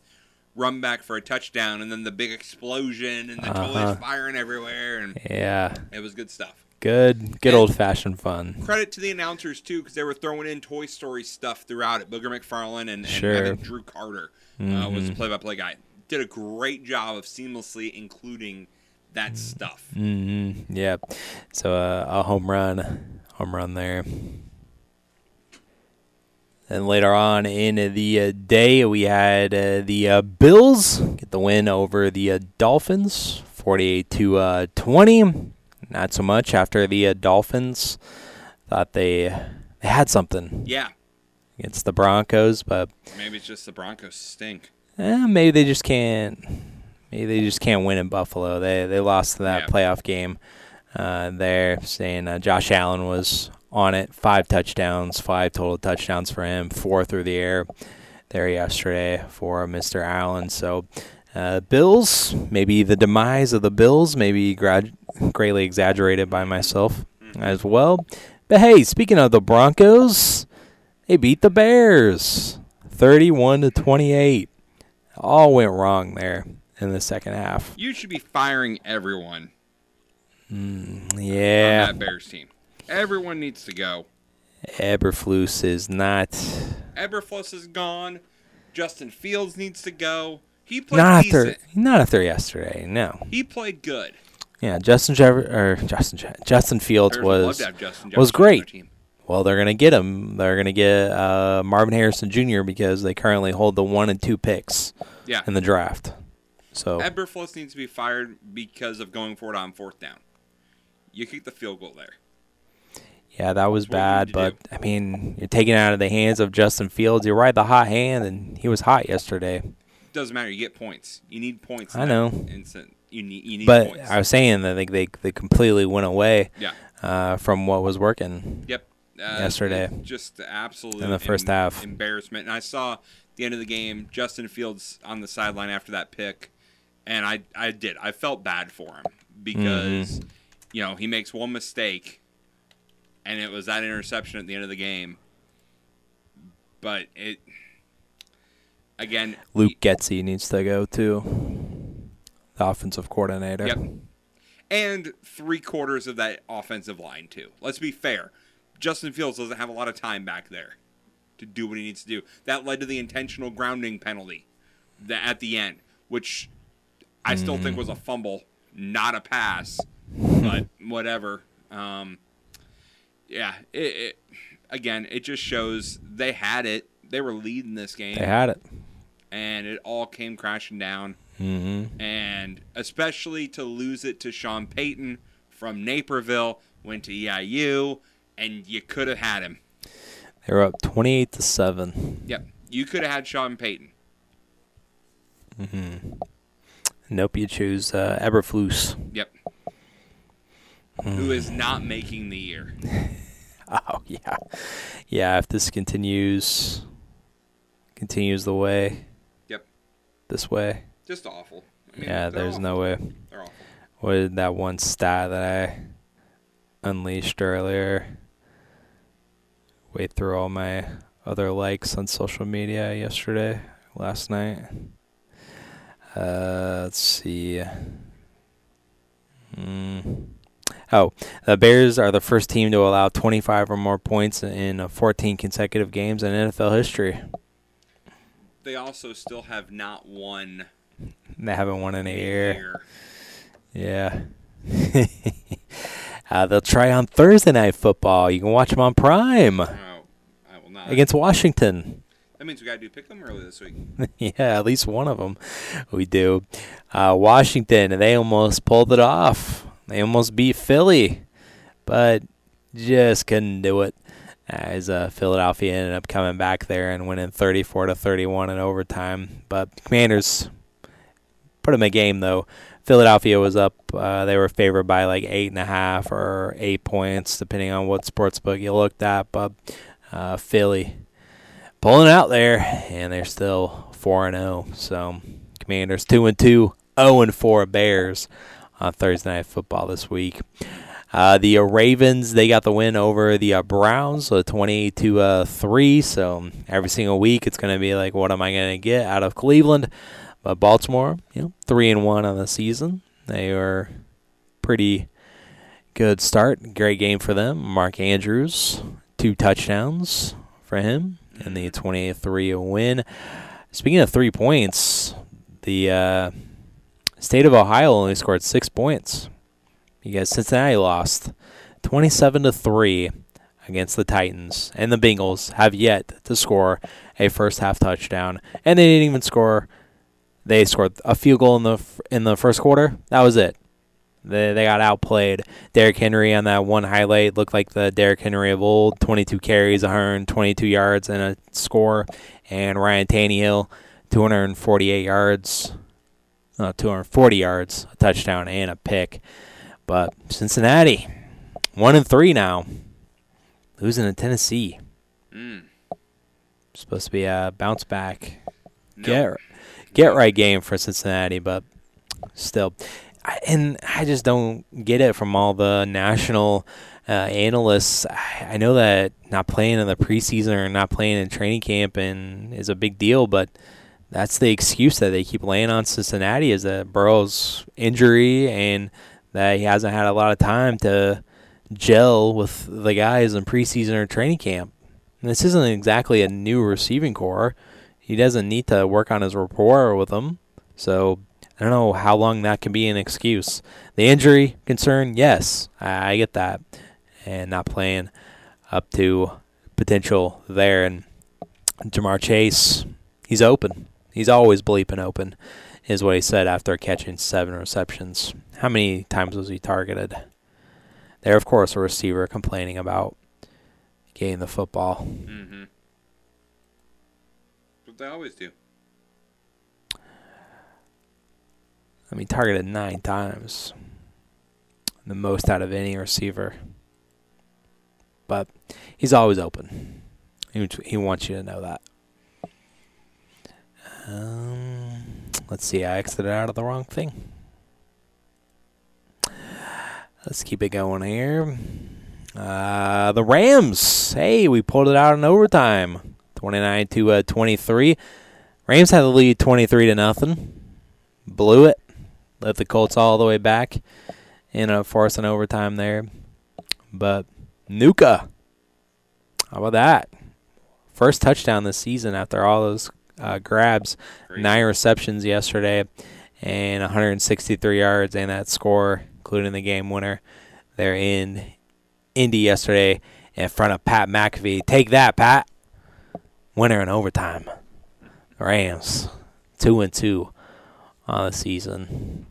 B: run back for a
A: Uh-huh.
B: touchdown, and then the big explosion, and the toys firing everywhere, and
A: Yeah,
B: it was good stuff.
A: Good, good old fashioned fun.
B: Credit to the announcers too, because they were throwing in Toy Story stuff throughout it. Booger McFarlane and, and
A: Sure. Mm-hmm.
B: I think Drew Carter uh, was the play-by-play guy. Did a great job of seamlessly including
A: Mm.
B: that stuff.
A: Mm-hmm. Yeah. So uh, a home run, home run there. And later on in the uh, day, we had uh, the uh, Bills get the win over the uh, Dolphins, 48 to uh, 20. Not so much after the uh, Dolphins thought they they had something
B: Yeah,
A: against the Broncos, but
B: maybe it's just the Broncos stink.
A: Eh, maybe they just can't. Maybe they just can't win in Buffalo. They they lost that
B: Yeah.
A: playoff game uh, there, saying uh, Josh Allen was on it. Five touchdowns, five total touchdowns for him, four through the air there yesterday for Mr. Allen. So, uh, Bills, maybe the demise of the Bills, maybe grad- greatly exaggerated by myself as well. But hey, speaking of the Broncos, they beat the Bears 31 to 28. All went wrong there in the second half.
B: You should be firing everyone
A: Yeah.
B: on that Bears team. Everyone needs to go.
A: Eberflus is not
B: Eberflus is gone. Justin Fields needs to go. He played
A: not after
B: decent.
A: not after yesterday. No,
B: He played good.
A: yeah, Justin Jeff- or Justin Je- Justin Fields
B: Bears would love
A: was
B: to have Justin
A: was
B: Jefferson on their
A: great. Well, they're gonna get him. They're gonna get uh, Marvin Harrison Jr. because they currently hold the one and two picks
B: Yeah.
A: in the draft. So
B: Eberflus needs to be fired because of going for it on fourth down. You kick the field goal there.
A: yeah, that was
B: what you need
A: bad.
B: to
A: But I mean, you're taking it out of the hands of Justin Fields. You're right, the hot hand, and he was hot yesterday.
B: Doesn't matter. You get points. You need points. in
A: I
B: that
A: know.
B: Instant. You need. You need
A: But
B: points.
A: I was saying that they they, they completely went away
B: yeah.
A: uh, from what was working.
B: Yep. Uh,
A: Yesterday.
B: it's Just absolutely
A: In the first half.
B: embarrassment. And I saw at the end of the game Justin Fields on the sideline after that pick, and I I did I felt bad for him because
A: Mm-hmm.
B: you know he makes one mistake, and it was that interception at the end of the game. But it again
A: Luke Getzey needs to go too. The offensive coordinator.
B: Yep. And three quarters of that offensive line, too. Let's be fair. Justin Fields doesn't have a lot of time back there to do what he needs to do. That led to the intentional grounding penalty tha- at the end, which I still think was a fumble, not a pass, but whatever. Um, yeah, it, it, again, it just shows they had it. They were leading this game
A: They had it.
B: and it all came crashing down.
A: Mm-hmm.
B: And especially to lose it to Sean Payton from Naperville, went to EIU, and you could have had him.
A: They were up twenty-eight to seven.
B: Yep, you could have had Sean Payton.
A: Nope, you choose uh, Eberflus. [LAUGHS]
B: Yep. Who
A: Mm.
B: is not making the year?
A: Oh yeah, yeah. If this continues, continues the way
B: Yep,
A: this way,
B: just awful. I mean,
A: yeah.
B: they're
A: There's
B: awful.
A: no way.
B: They're awful.
A: What did that one stat that I unleashed earlier? Wait through all my other likes on social media yesterday, last night. Uh, let's see. Mm. Oh, the Bears are the first team to allow 25 or more points in uh, 14 consecutive games in NFL history.
B: They also still have not won
A: They haven't won in a
B: a
A: year.
B: year.
A: Yeah. [LAUGHS] uh, they'll try on Thursday night football. You can watch them on Prime
B: No, Oh, I will not.
A: against Washington.
B: that means we gotta do pick them early this week.
A: [LAUGHS] yeah, at least one of them we do. Uh, Washington, they almost pulled it off. They almost beat Philly, but just couldn't do it. As uh, Philadelphia ended up coming back there and winning 34 to 31 in overtime, but Commanders put them a game though. Philadelphia was up. Uh, they were favored by like eight and a half or eight points, depending on what sports book you looked at. But uh, Philly pulling out there, and they're still four and zero. So Commanders two and two, zero and four Bears on Thursday Night Football this week. Uh, the uh, Ravens they got the win over the uh, Browns, so twenty to uh, three. So every single week it's going to be like, what am I going to get out of Cleveland? But Baltimore, you know, three and one on the season. They are pretty Good start. Great game for them. Mark Andrews, two touchdowns for him in the 28 3 win. Speaking of three points, the uh, state of Ohio only scored six points. You guys, Cincinnati lost 27 to 3 against the Titans, and the Bengals have yet to score a first half touchdown, and they didn't even score. They scored a field goal in the f- in the first quarter. That was it. They, they got outplayed. Derrick Henry on that one highlight looked like the Derrick Henry of old 22 carries, 122 yards, and a score. And Ryan Tannehill, 248 yards, uh, 240 yards, a touchdown, and a pick. But Cincinnati, 1 and 3 now, losing to Tennessee. Supposed to be a bounce back get get right game for Cincinnati, but still, I, and I just don't get it from all the national uh, analysts. I, I know that not playing in the preseason or not playing in training camp and is a big deal, but that's the excuse that they keep laying on Cincinnati is that Burrow's injury and that he hasn't had a lot of time to gel with the guys in preseason or training camp. And this isn't exactly a new receiving core. He doesn't need to work on his rapport with them. So I don't know how long that can be an excuse. The injury concern, yes, I I get that. And not playing up to potential there. And Jamar Chase, he's open. He's always bleeping open, is what he said after catching seven receptions. How many times was he targeted? There, of course, a receiver complaining about getting the football.
B: Mm-hmm. What they always do.
A: I mean, targeted nine times. The most out of any receiver. But he's always open. He, he wants you to know that. Um, let's see. I exited out of the wrong thing. Let's keep it going here. Uh, the Rams. Hey, we pulled it out in overtime. 29 to uh, 23. Rams had the lead 23 to nothing. Blew it led the Colts all the way back in a force an overtime there. But Nuka, how about that? First touchdown this season after all those uh, grabs,
B: Crazy.
A: nine receptions yesterday, and 163 yards and that score, including the game winner. They're in Indy yesterday in front of Pat McAfee. Take that, Pat. Winner in overtime. Rams two and two on the season.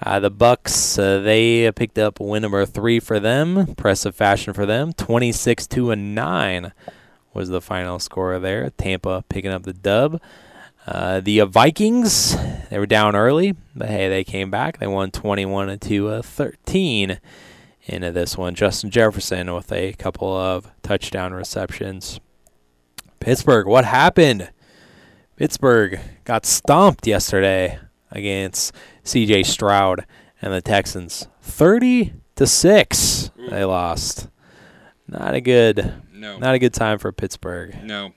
A: Uh, the Bucks uh, they picked up win number three for them. Impressive fashion for them. Twenty six two and nine was the final score there. Tampa picking up the dub. Uh, the uh, Vikings they were down early, but hey, they came back. They won twenty one to uh, thirteen into this one. Justin Jefferson with a couple of touchdown receptions. Pittsburgh, what happened? Pittsburgh got stomped yesterday against CJ Stroud and the Texans. 30 to 6 they lost. Not a good
B: No.
A: not a good time for Pittsburgh.
B: No.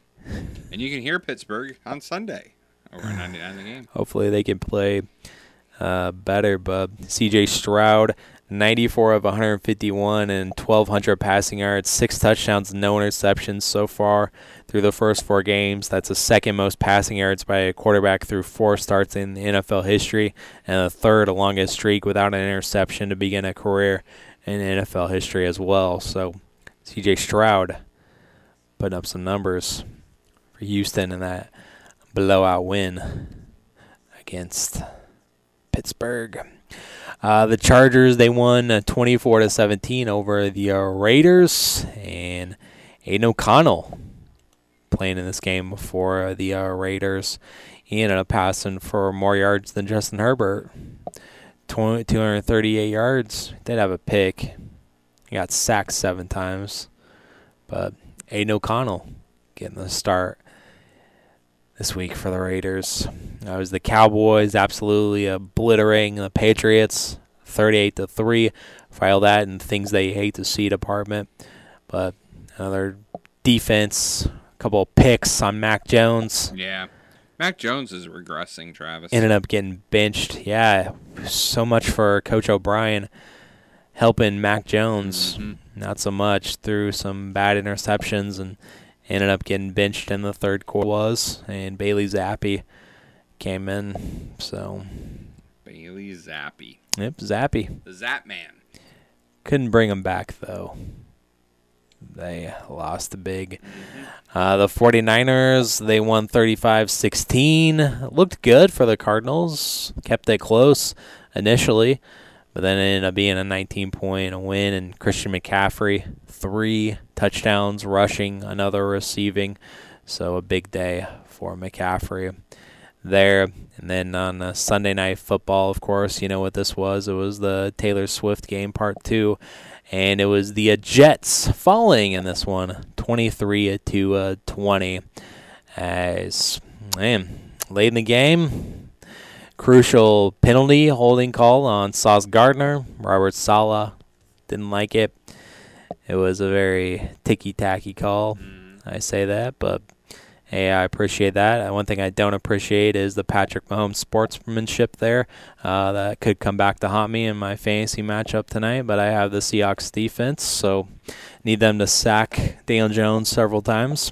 B: And you can hear Pittsburgh on Sunday over at 99
A: [SIGHS]
B: the game.
A: Hopefully they can play uh, better, but CJ Stroud 94 of 151 and 1200 passing yards, six touchdowns, no interceptions so far through the first four games. That's the second most passing yards by a quarterback through four starts in NFL history and the third longest streak without an interception to begin a career in NFL history as well. So CJ Stroud putting up some numbers for Houston in that blowout win against Pittsburgh. Uh, the Chargers they won uh, 24 to 17 over the uh, Raiders, and Aiden O'Connell playing in this game for uh, the uh, Raiders. He ended up passing for more yards than Justin Herbert, 20, 238 yards. Did have a pick. He got sacked seven times, but Aiden O'Connell getting the start this week for the Raiders. That was the Cowboys absolutely obliterating the Patriots, 38 to three. File that in things they hate to see department, but another defense, a couple of picks on Mac Jones.
B: Yeah. Mac Jones is regressing, Travis.
A: Ended up getting benched. Yeah, so much for Coach O'Brien. helping Mac Jones not so much through some bad interceptions and ended up getting benched in the third quarter was and Bailey Zappi came in. So
B: Bailey Zappy,
A: yep, Zappi.
B: the Zap Man.
A: Couldn't bring him back though. They lost the big. Uh, the 49ers, they won 35 16. Looked good for the Cardinals. Kept it close initially, but then it ended up being a 19 point win. And Christian McCaffrey, three touchdowns rushing, another receiving. So a big day for McCaffrey there. And then on uh, Sunday Night Football, of course, you know what this was. It was the Taylor Swift game, part two. And it was the uh, Jets falling in this one, 23 to uh, 20. As, man, late in the game, crucial penalty holding call on Sauce Gardner. Robert Sala didn't like it. It was a very ticky tacky call. I say that, but Hey, I appreciate that. Uh, One thing I don't appreciate is the Patrick Mahomes sportsmanship there. Uh, that could come back to haunt me in my fantasy matchup tonight, but I have the Seahawks defense, so need them to sack Daniel Jones several times.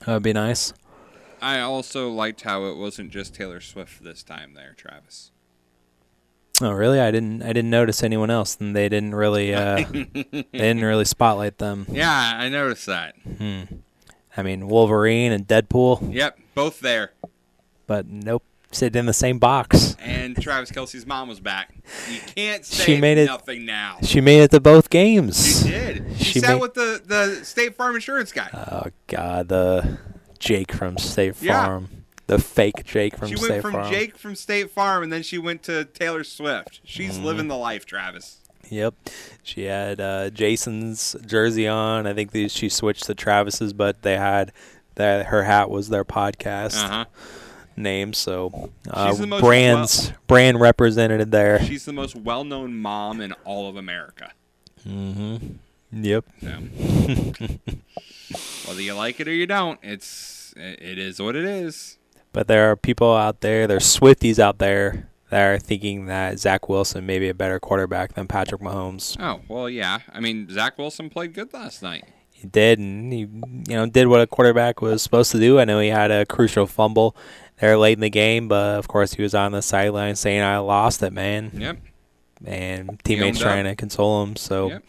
A: That would be nice.
B: I also liked how it wasn't just Taylor Swift this time there, Travis.
A: Oh, really? I didn't. I didn't notice anyone else, and they didn't really.
B: [LAUGHS]
A: Uh, they didn't really spotlight them.
B: Yeah, I noticed that.
A: I mean, Wolverine and Deadpool,
B: Yep, both there.
A: but nope, sit in the same box.
B: And Travis Kelsey's mom was back. You can't say
A: She made it-
B: nothing now.
A: She made it to both
B: She
A: games.
B: did. She,
A: She
B: sat
A: made-
B: with the, the State Farm insurance guy.
A: Oh God, the Jake from State
B: Yeah.
A: Farm, the fake Jake from
B: she
A: State
B: went from
A: Farm.
B: Jake from State Farm, and then she went to Taylor Swift. She's
A: Mm-hmm.
B: living the life, Travis.
A: Yep, she had uh, Jason's jersey on. I think these, she switched to Travis's, but they had that her hat was their podcast name. So uh,
B: Uh-huh. She's the most
A: brands brand represented there.
B: She's the most well-known mom in all of America.
A: yep.
B: So. Whether you like it or you don't, it's it it is what it is.
A: But there are people out there, there's Swifties out there that are thinking that Zach Wilson may be a better quarterback than Patrick Mahomes.
B: Oh well, yeah. I mean, Zach Wilson played good last night.
A: he did, and he you know did what a quarterback was supposed to do. I know he had a crucial fumble there late in the game, but of course he was on the sideline saying, "I lost it, man,"
B: Yep.
A: and
B: owned
A: teammates
B: up.
A: trying to console him. So,
B: Yep.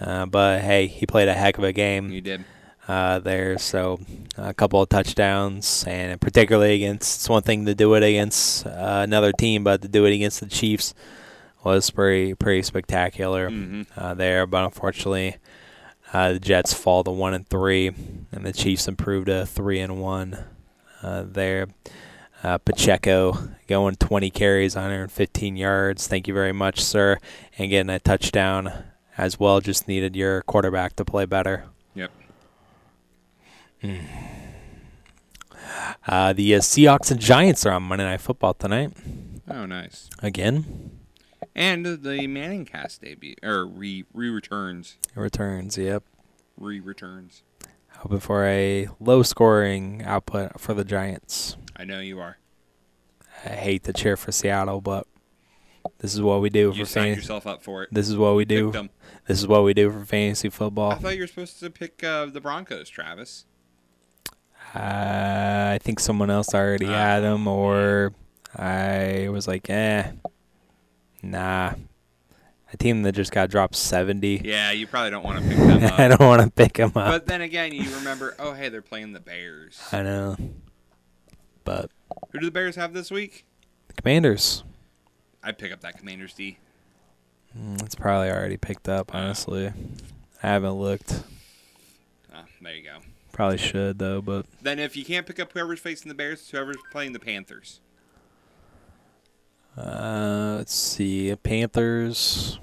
A: uh, but hey, he played a heck of a game
B: He did.
A: uh, there. So a couple of touchdowns, and particularly against it's one thing to do it against uh, another team, but to do it against the Chiefs was pretty pretty spectacular uh, there. But unfortunately, uh, the Jets fall to one and three, and the Chiefs improved to three and one uh, there. Uh, Pacheco going 20 carries, 115 yards. Thank you very much, sir. And getting a touchdown as well. Just needed your quarterback to play better.
B: Yep.
A: Uh, the uh, Seahawks and Giants are on Monday Night Football tonight
B: Oh, nice.
A: again.
B: And the Manning cast debut or re re returns
A: It returns, yep.
B: re returns.
A: Hoping for a low scoring output for the Giants.
B: I know you are.
A: I hate to cheer for Seattle, but this is what we do for
B: You signed
A: fantasy.
B: yourself up for it.
A: This is what we do.
B: Picked 'em.
A: This is what we do for fantasy
B: I
A: football.
B: thought you were supposed to pick uh, the Broncos, Travis.
A: Uh, I think someone else already
B: Uh,
A: had him, or I was like, eh, nah. A team that just got dropped 70.
B: Yeah, you probably don't want to pick them
A: [LAUGHS]
B: up.
A: I don't want to pick him up.
B: But then again, you remember, oh hey, they're playing the Bears.
A: I know. But
B: Who do the Bears have this week?
A: the Commanders,
B: I'd pick up that Commanders D.
A: it's probably already picked up, honestly. I haven't looked.
B: Ah, there you go.
A: Probably should, though, but
B: Then if you can't pick up whoever's facing the Bears, it's whoever's playing the Panthers.
A: uh, let's see. Panthers.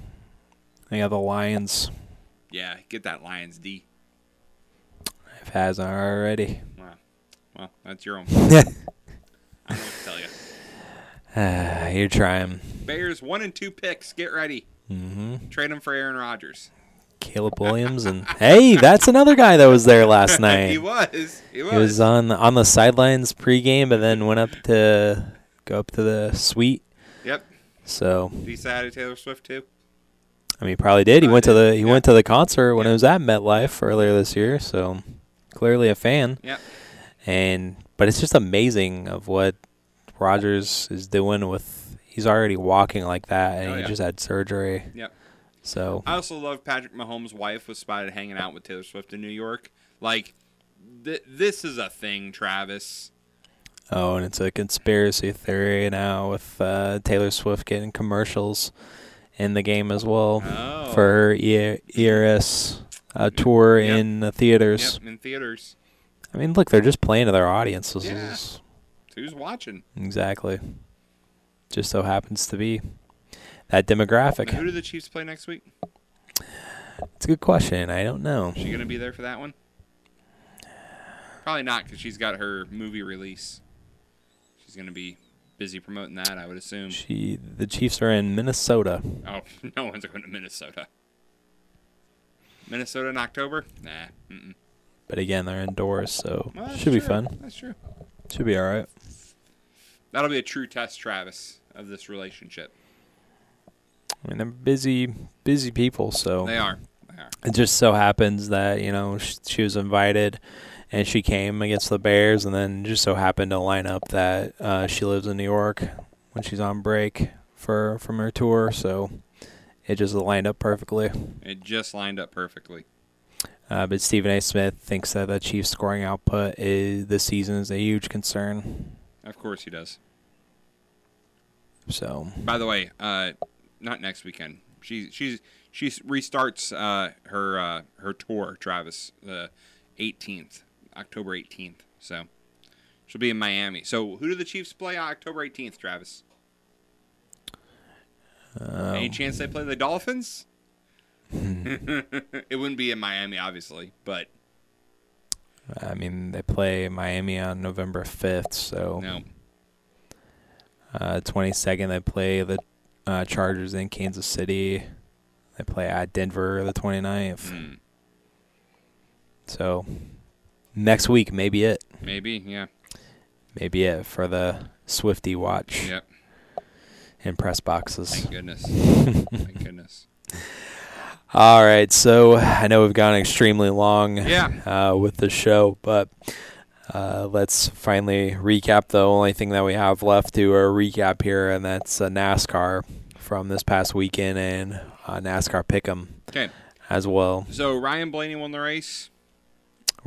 A: They got the Lions,
B: Yeah, get that Lions D.
A: if hasn't
B: [LAUGHS]
A: already.
B: Wow. Well, that's your own. fault. I don't know what to tell you.
A: Ah, You're trying.
B: Bears one and two picks. Get ready. Mm-hmm. Trade them for Aaron Rodgers.
A: Caleb Williams and hey, that's another guy that was there last night.
B: [LAUGHS] He was. He was.
A: He was on the, on the sidelines pregame, and then went up to go up to the suite.
B: Yep.
A: So
B: Did he say hi to Taylor Swift too?
A: I mean, he probably did. He
B: I
A: went to
B: did,
A: the he
B: yeah.
A: went to the concert when it was at MetLife earlier this year, so clearly a fan.
B: Yeah.
A: And but it's just amazing of what Rogers is doing with. He's already walking like that, and
B: Oh,
A: he
B: yeah.
A: just had surgery.
B: Yep.
A: So
B: I also love Patrick Mahomes' wife was spotted hanging out with Taylor Swift in New York. Like, th- this is a thing, Travis.
A: oh, and it's a conspiracy theory now with uh, Taylor Swift getting commercials in the game as well
B: Oh.
A: for her E- ERS uh, tour
B: Yep.
A: in the theaters.
B: Yep, in theaters.
A: I mean, look, they're just playing to their audience. This
B: Yeah.
A: is
B: Who's watching?
A: exactly just so happens to be that
B: And who
A: demographic.
B: do the Chiefs play next week?
A: It's a good question. I don't know.
B: Is she going to be there for that one? Probably not because she's got her movie release. She's going to be busy promoting that, I would assume.
A: She, the Chiefs are in Minnesota.
B: Oh, [LAUGHS] no one's going to Minnesota. Minnesota in October? Nah. Mm-mm.
A: But again, they're indoors, so
B: Well, that's
A: should be
B: true.
A: fun.
B: That's true.
A: Should be all right.
B: That'll be a true test, Travis, of this relationship.
A: I mean, they're busy, busy people. So
B: They are. They are.
A: it just so happens that you know she, she was invited, and she came against the Bears, and then just so happened to line up that uh, she lives in New York when she's on break for from her tour. So it just lined up perfectly.
B: It just lined up perfectly.
A: Uh, but Stephen A. Smith thinks that the Chiefs' scoring output is this season is a huge concern.
B: Of course he does.
A: So
B: By the way, uh, not next weekend. She she's she restarts uh, her uh, her tour, Travis, the 18th, October 18th. So she'll be in Miami. So who do the Chiefs play on October 18th, Travis? Any chance they play the Dolphins? [LAUGHS] it wouldn't be in Miami, obviously, but
A: I mean, they play Miami on November fifth. So
B: no.
A: Uh, 22nd, they play the uh, Chargers in Kansas City. They play at Denver the 29th. So next week, maybe it.
B: Maybe, yeah,
A: Maybe it for the Swifty watch
B: yep.
A: in press boxes.
B: Thank goodness. Thank goodness.
A: All right. So I know we've gone extremely long
B: Yeah.
A: uh, with the show, but. Uh, let's finally recap the only thing that we have left to a recap here, and that's uh, NASCAR from this past weekend and uh, NASCAR Pick'em.
B: Okay,
A: as well.
B: so Ryan Blaney won the race.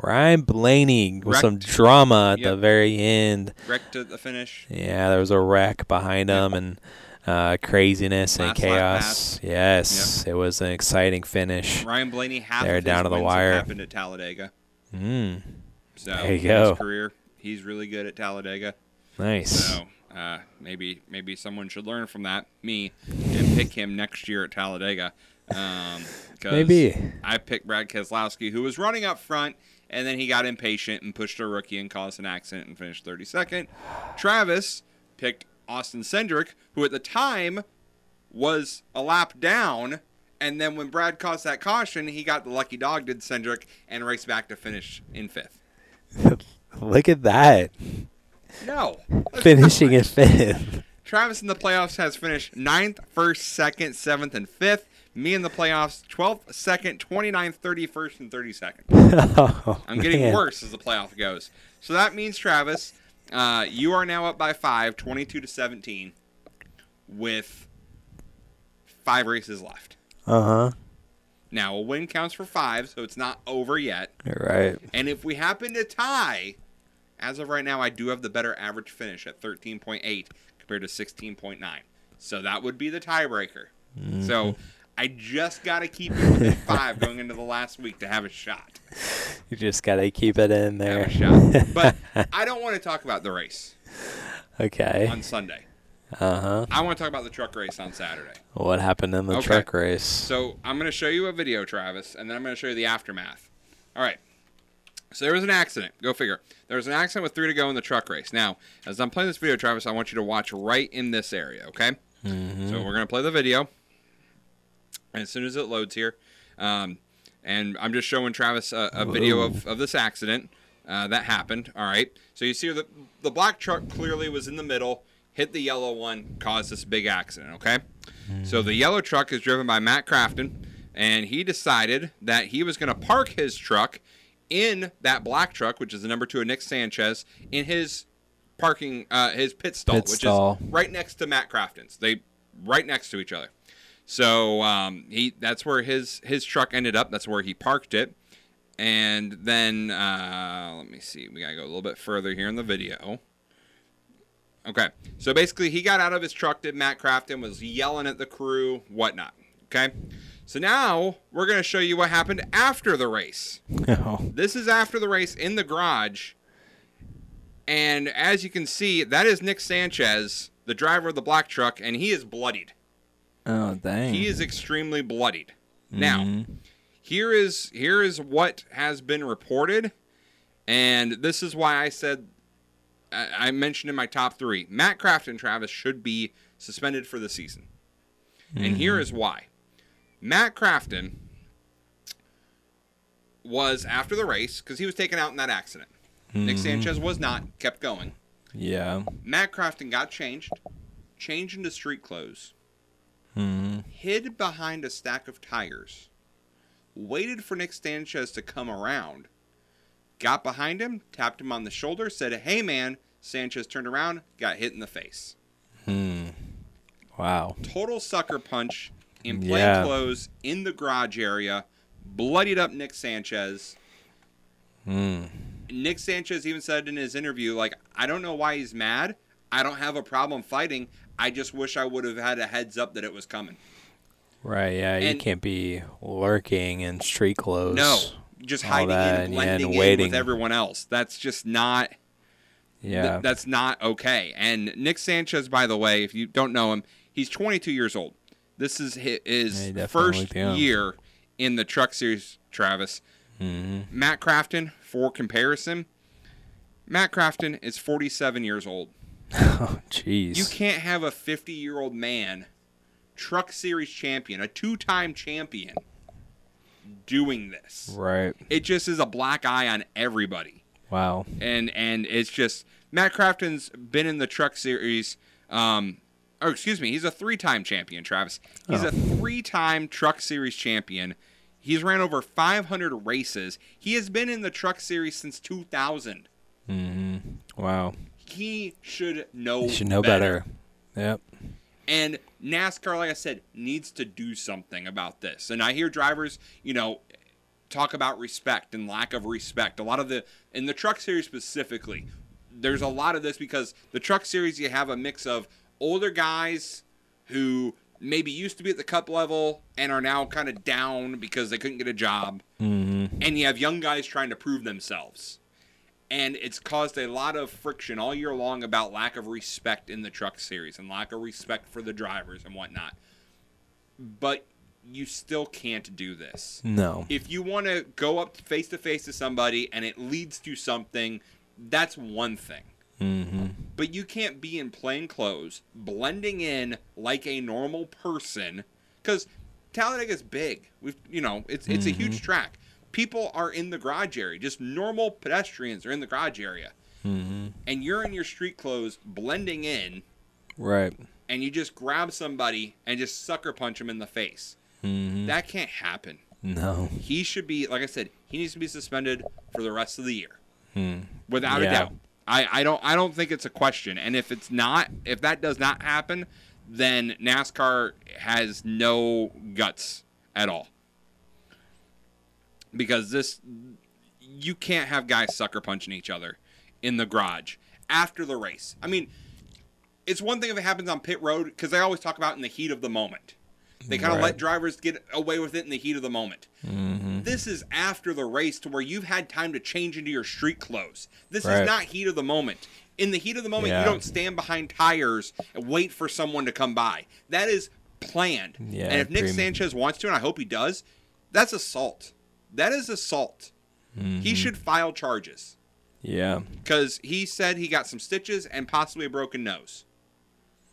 A: Ryan Blaney with some
B: Wrecked.
A: drama at the
B: Yep.
A: very end.
B: Wrecked at the finish.
A: Yeah, there was a wreck behind him and uh, craziness and
B: Last lap
A: chaos. Yes, it was an exciting finish.
B: Ryan Blaney half
A: They're
B: of his
A: down to the
B: wins have
A: wire.
B: happened at Talladega.
A: Mm,
B: So
A: There you
B: in
A: go.
B: his career, he's really good at Talladega.
A: nice.
B: So uh, maybe maybe someone should learn from that, me, and pick him next year at Talladega. Um, 'cause
A: Maybe.
B: I picked Brad Keselowski, who was running up front, and then he got impatient and pushed a rookie and caused an accident and finished 32nd. Travis picked Austin Cendric, who at the time was a lap down. And then when Brad caused that caution, he got the lucky dog, did Cendric, and raced back to finish in fifth.
A: Look at that.
B: No.
A: Finishing in fifth.
B: Travis in the playoffs has finished ninth, first, second, seventh, and fifth. Me in the playoffs, 12th, 2nd, 29th, 31st, and 32nd.
A: Oh,
B: I'm getting
A: man.
B: worse as the playoff goes. So that means, Travis, uh, you are now up by five, 22 to 17, with five races left.
A: Uh huh.
B: Now, a win counts for five, so it's not over yet.
A: You're [LAUGHS] right.
B: And if we happen to tie, as of right now, I do have the better average finish at 13.8 compared to 16.9. So that would be the tiebreaker. So I just got to keep it within five going into the last week to have a shot.
A: You just gotta keep it in
B: Have
A: there.
B: a shot. But I don't want to talk about the race
A: Okay.
B: on Sunday.
A: Uh huh.
B: I want to talk about the truck race on Saturday.
A: What happened in the
B: Okay.
A: truck race?
B: So I'm going to show you a video, Travis, and then I'm going to show you the aftermath. All right. So there was an accident. Go figure. There was an accident with three to go in the truck race. Now, as I'm playing this video, Travis, I want you to watch right in this area, okay? So we're going to play the video. And as soon as it loads here, um, and I'm just showing Travis a, a video of, of this accident uh, that happened. All right. So you see the, the black truck clearly was in the middle. hit the yellow one, caused this big accident, okay? So the yellow truck is driven by Matt Crafton, and he decided that he was going to park his truck in that black truck, which is the number two of Nick Sanchez, in his parking, uh, his pit stall,
A: Pit
B: which
A: stall.
B: is right next to Matt Crafton's. They right next to each other. So um, he that's where his his truck ended up. That's where he parked it. And then uh, let me see. We gotta go a little bit further here in the video. Okay. So basically, he got out of his truck. Did Matt Crafton was yelling at the crew, whatnot. Okay. So now we're gonna show you what happened after the race.
A: Oh,
B: This is after the race in the garage. And as you can see, that is Nick Sanchez, the driver of the black truck, and he is bloodied.
A: [LAUGHS] oh dang.
B: He is extremely bloodied. Now, here is here is what has been reported, and this is why I said I, I mentioned in my top three Matt Craft and Travis should be suspended for the season, and here is why. Matt Crafton was after the race because he was taken out in that accident. Nick Sanchez was not, kept going.
A: yeah.
B: Matt Crafton got changed, changed into street clothes, hid behind a stack of tires, waited for Nick Sanchez to come around, got behind him, tapped him on the shoulder, said, Hey man, Sanchez turned around, got hit in the face.
A: Wow.
B: Total sucker punch in plain
A: Mm, Yeah.
B: clothes in the garage area, bloodied up Nick Sanchez.
A: Mm.
B: Nick Sanchez even said in his interview, like, I don't know why he's mad. I don't have a problem fighting. I just wish I would have had a heads up that it was coming.
A: Right. Yeah. You
B: And-
A: can't be lurking in street clothes.
B: No, just
A: all
B: hiding
A: that, and
B: and
A: yeah, and
B: blending in
A: waiting.
B: with everyone else. That's just not. th-
A: Yeah.
B: that's not okay. And Nick Sanchez, by the way, if you don't know him, he's 22 years old. This is hi-
A: Yeah, he
B: his
A: definitely
B: first
A: looked young.
B: year in the Truck Series. Travis,
A: Mm-hmm.
B: Matt Crafton, for comparison, Matt Crafton is 47 years old.
A: oh, jeez.
B: You can't have a 50 year old man, Truck Series champion, a two time champion, doing this.
A: Right.
B: It just is a black eye on everybody
A: Wow.
B: and and it's just Matt Crafton's been in the truck series. Um, or excuse me, he's a three-time champion, Travis. He's
A: Oh.
B: a three-time truck series champion. He's ran over 500 races. He has been in the truck series since 2000.
A: Wow.
B: He should know.
A: You should know better. Yep.
B: And NASCAR, like I said, needs to do something about this. And I hear drivers, you know, talk about respect and lack of respect. A lot of the in the truck series specifically, there's a lot of this because the truck series you have a mix of older guys who maybe used to be at the cup level and are now kind of down because they couldn't get a job. And you have young guys trying to prove themselves. And it's caused a lot of friction all year long about lack of respect in the truck series and lack of respect for the drivers and whatnot. But you still can't do this
A: No.
B: if you want to go up face to face to somebody and it leads to something, that's one thing. But you can't be in plain clothes, blending in like a normal person, because Talladega's big. We've, you know, it's it's a huge track. People are in the garage area. Just normal pedestrians are in the garage area, and you're in your street clothes, blending in
A: Right.
B: and you just grab somebody and just sucker punch them in the face. That can't happen.
A: No.
B: He should be, like I said, he needs to be suspended for the rest of the year, without
A: Yeah.
B: a doubt. I, I don't I don't think it's a question. And if it's not, if that does not happen, then NASCAR has no guts at all. Because this, you can't have guys sucker punching each other in the garage after the race. I mean, it's one thing if it happens on pit road because they always talk about in the heat of the moment. They kind of
A: Right. Mm-hmm.
B: let drivers get away with it in the heat of the moment. This is after the race to where you've had time to change into your street clothes. This
A: Right.
B: is not heat of the moment. In the heat of the moment,
A: Yeah.
B: you don't stand behind tires and wait for someone to come by. That is planned.
A: Yeah,
B: and if Nick
A: pretty-
B: Sanchez wants to, and I hope he does, that's assault. That is assault.
A: Mm-hmm.
B: He should file charges
A: Yeah.
B: because he said he got some stitches and possibly a broken nose.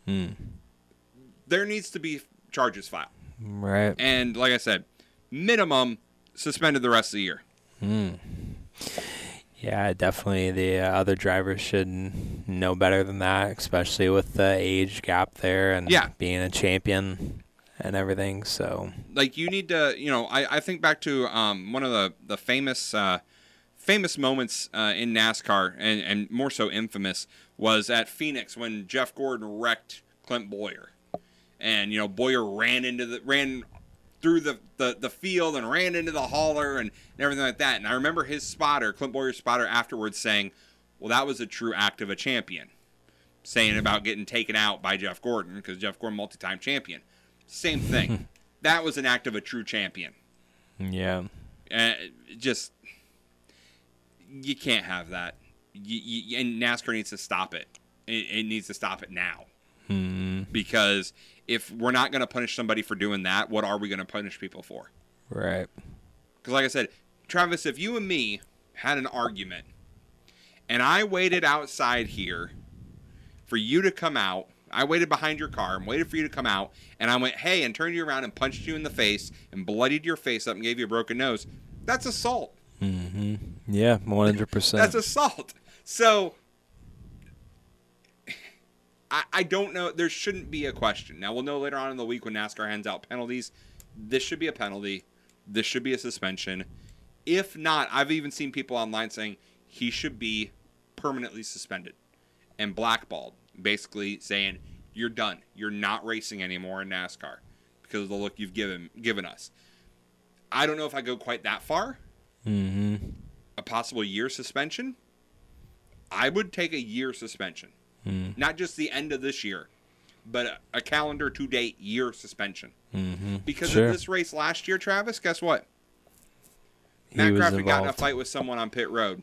B: There needs to be charges filed,
A: Right.
B: and like I said, minimum suspended the rest of the year.
A: Yeah, definitely. The uh, other drivers should n- know better than that, especially with the age gap there and
B: Yeah.
A: being a champion and everything. So
B: like you need to you know i, I think back to um, one of the the famous uh, famous moments uh, in nascar and, and more so infamous was at phoenix when jeff gordon wrecked clint boyer and you know boyer ran into the ran through the, the, the field and ran into the hauler and, and everything like that and i remember his spotter clint boyer's spotter afterwards saying well that was a true act of a champion saying about getting taken out by Jeff Gordon because Jeff Gordon, multi-time champion. Same thing. that was an act of a true champion.
A: yeah,
B: Uh, just you can't have that. You, you, and NASCAR needs to stop it. It, it needs to stop it now. Because if we're not going to punish somebody for doing that, what are we going to punish people for?
A: right.
B: Because, like I said, Travis, if you and me had an argument and I waited outside here for you to come out, I waited behind your car and waited for you to come out, and I went, hey, and turned you around and punched you in the face and bloodied your face up and gave you a broken nose, that's assault.
A: Yeah, one hundred percent.
B: That's assault. So. I, I don't know. There shouldn't be a question. Now, we'll know later on in the week when NASCAR hands out penalties. This should be a penalty. This should be a suspension. If not, I've even seen people online saying he should be permanently suspended and blackballed, basically saying you're done. You're not racing anymore in NASCAR because of the look you've given given us. I don't know if I go quite that far. A possible year suspension. I would take a year suspension,
A: Hmm.
B: not just the end of this year, but a, a calendar to date year suspension. Because
A: Mm-hmm. Sure.
B: of this race last year, Travis, guess what?
A: He
B: Matt
A: was
B: Crawford got in a
A: involved. Mm-hmm.
B: fight with someone on pit road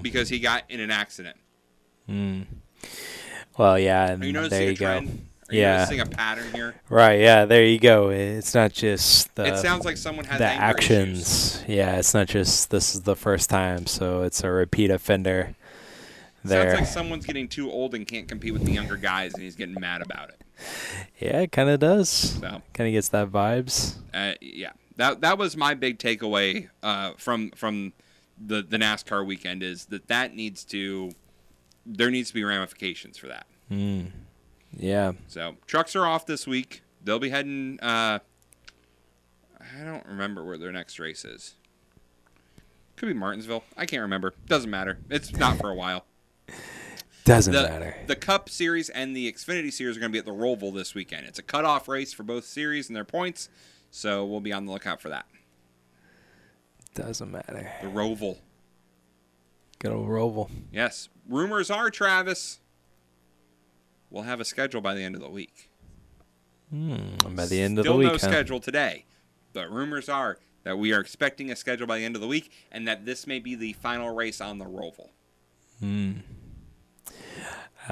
B: because he got in an accident.
A: Well, yeah,
B: Are you
A: and
B: noticing
A: Mm-hmm. there
B: a
A: you go.
B: trend? Are you
A: Yeah.
B: noticing a pattern here?
A: Right, yeah, there you go. It's not just the
B: it sounds like someone has
A: the
B: anger issues.
A: actions. Yeah, it's not just this is the first time, so it's a repeat offender. There,
B: Sounds like someone's getting too old and can't compete with the younger guys, and he's getting mad about it.
A: yeah, it kind of does.
B: So.
A: Kind of gets that vibes.
B: Uh, yeah, that that was my big takeaway uh, from from the the NASCAR weekend is that that needs to there needs to be ramifications for that.
A: Yeah,
B: So trucks are off this week. They'll be heading. Uh, I don't remember where their next race is. Could be Martinsville. I can't remember. Doesn't matter. It's not for a while.
A: [LAUGHS] doesn't
B: the,
A: matter.
B: The Cup Series and the Xfinity Series are going to be at the Roval this weekend. It's a cutoff race for both series and their points, so we'll be on the lookout for that.
A: doesn't matter.
B: The Roval.
A: Good old Roval.
B: Yes. Rumors are, Travis, we'll have a schedule by the end of the week.
A: By the end of
B: Still
A: the week,
B: no
A: huh?
B: schedule today, but rumors are that we are expecting a schedule by the end of the week and that this may be the final race on the Roval.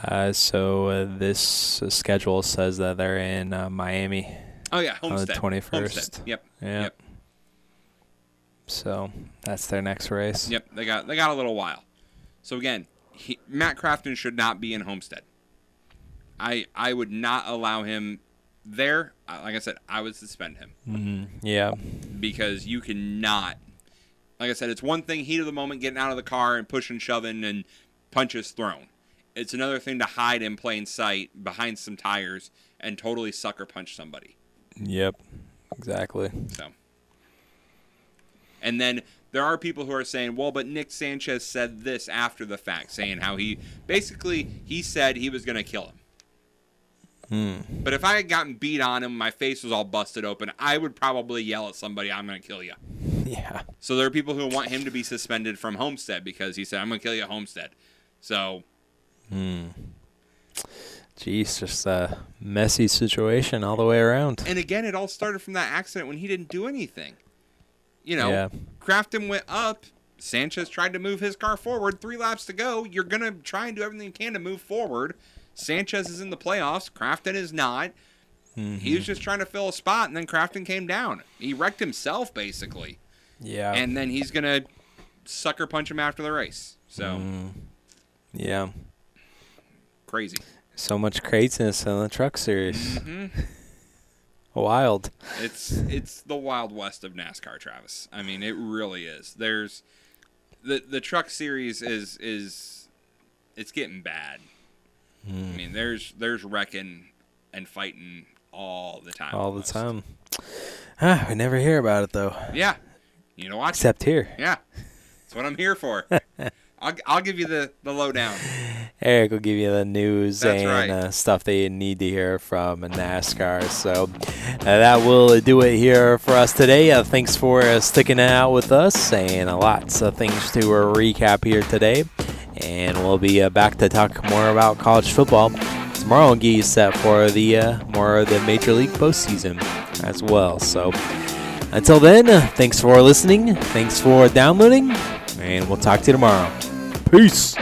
A: Uh, so uh, this uh, schedule says that they're in uh, Miami.
B: Oh, yeah. Homestead.
A: 21st.
B: Homestead. Yep.
A: Yeah.
B: Yep.
A: So that's their next race.
B: Yep, they got they got a little while. So again, he, Matt Crafton should not be in Homestead. I I would not allow him there. I- Like I said, I would suspend him
A: Yeah.
B: because you cannot. Like I said, it's one thing heat of the moment getting out of the car and pushing, shoving, and punches thrown. It's another thing to hide in plain sight behind some tires and totally sucker punch somebody.
A: Yep. Exactly. [LAUGHS]
B: So, and then there are people who are saying, "Well, but Nick Sanchez said this after the fact, saying how he basically he said he was going to kill him." But if I had gotten beat on him, my face was all busted open, I would probably yell at somebody, "I'm going to kill you."
A: Yeah.
B: So there are people who want him to be suspended from Homestead because he said, "I'm going to kill you at Homestead." So
A: Jeez, just a messy situation all the way around.
B: and again, it all started from that accident when he didn't do anything. You know,
A: Yeah.
B: Crafton went up. Sanchez tried to move his car forward. Three laps to go. You're gonna try and do everything you can to move forward. Sanchez is in the playoffs. Crafton is not. He was just trying to fill a spot, and then Crafton came down. He wrecked himself basically,
A: Yeah.
B: and then he's gonna sucker punch him after the race. So
A: yeah.
B: crazy.
A: So much craziness in the truck series.
B: Mm-hmm.
A: [LAUGHS] Wild.
B: It's it's the wild west of NASCAR, Travis. I mean, it really is. There's the the truck series is is it's getting bad. I mean, there's there's wrecking and fighting all the time.
A: all the
B: almost.
A: time. Ah, we never hear about it though,
B: Yeah, you know what?
A: except here.
B: Yeah, that's what I'm
A: [LAUGHS]
B: here for. I'll, I'll give you the the lowdown.
A: Eric will give you the news
B: That's
A: and
B: right.
A: uh, stuff that you need to hear from NASCAR. So uh, that will do it here for us today. Uh, thanks for uh, sticking out with us, and uh, lots of things to uh, recap here today. And we'll be uh, back to talk more about college football tomorrow. and Get you set for the uh, more of the Major League postseason as well. So until then, uh, thanks for listening. Thanks for downloading, and we'll talk to you tomorrow. Peace.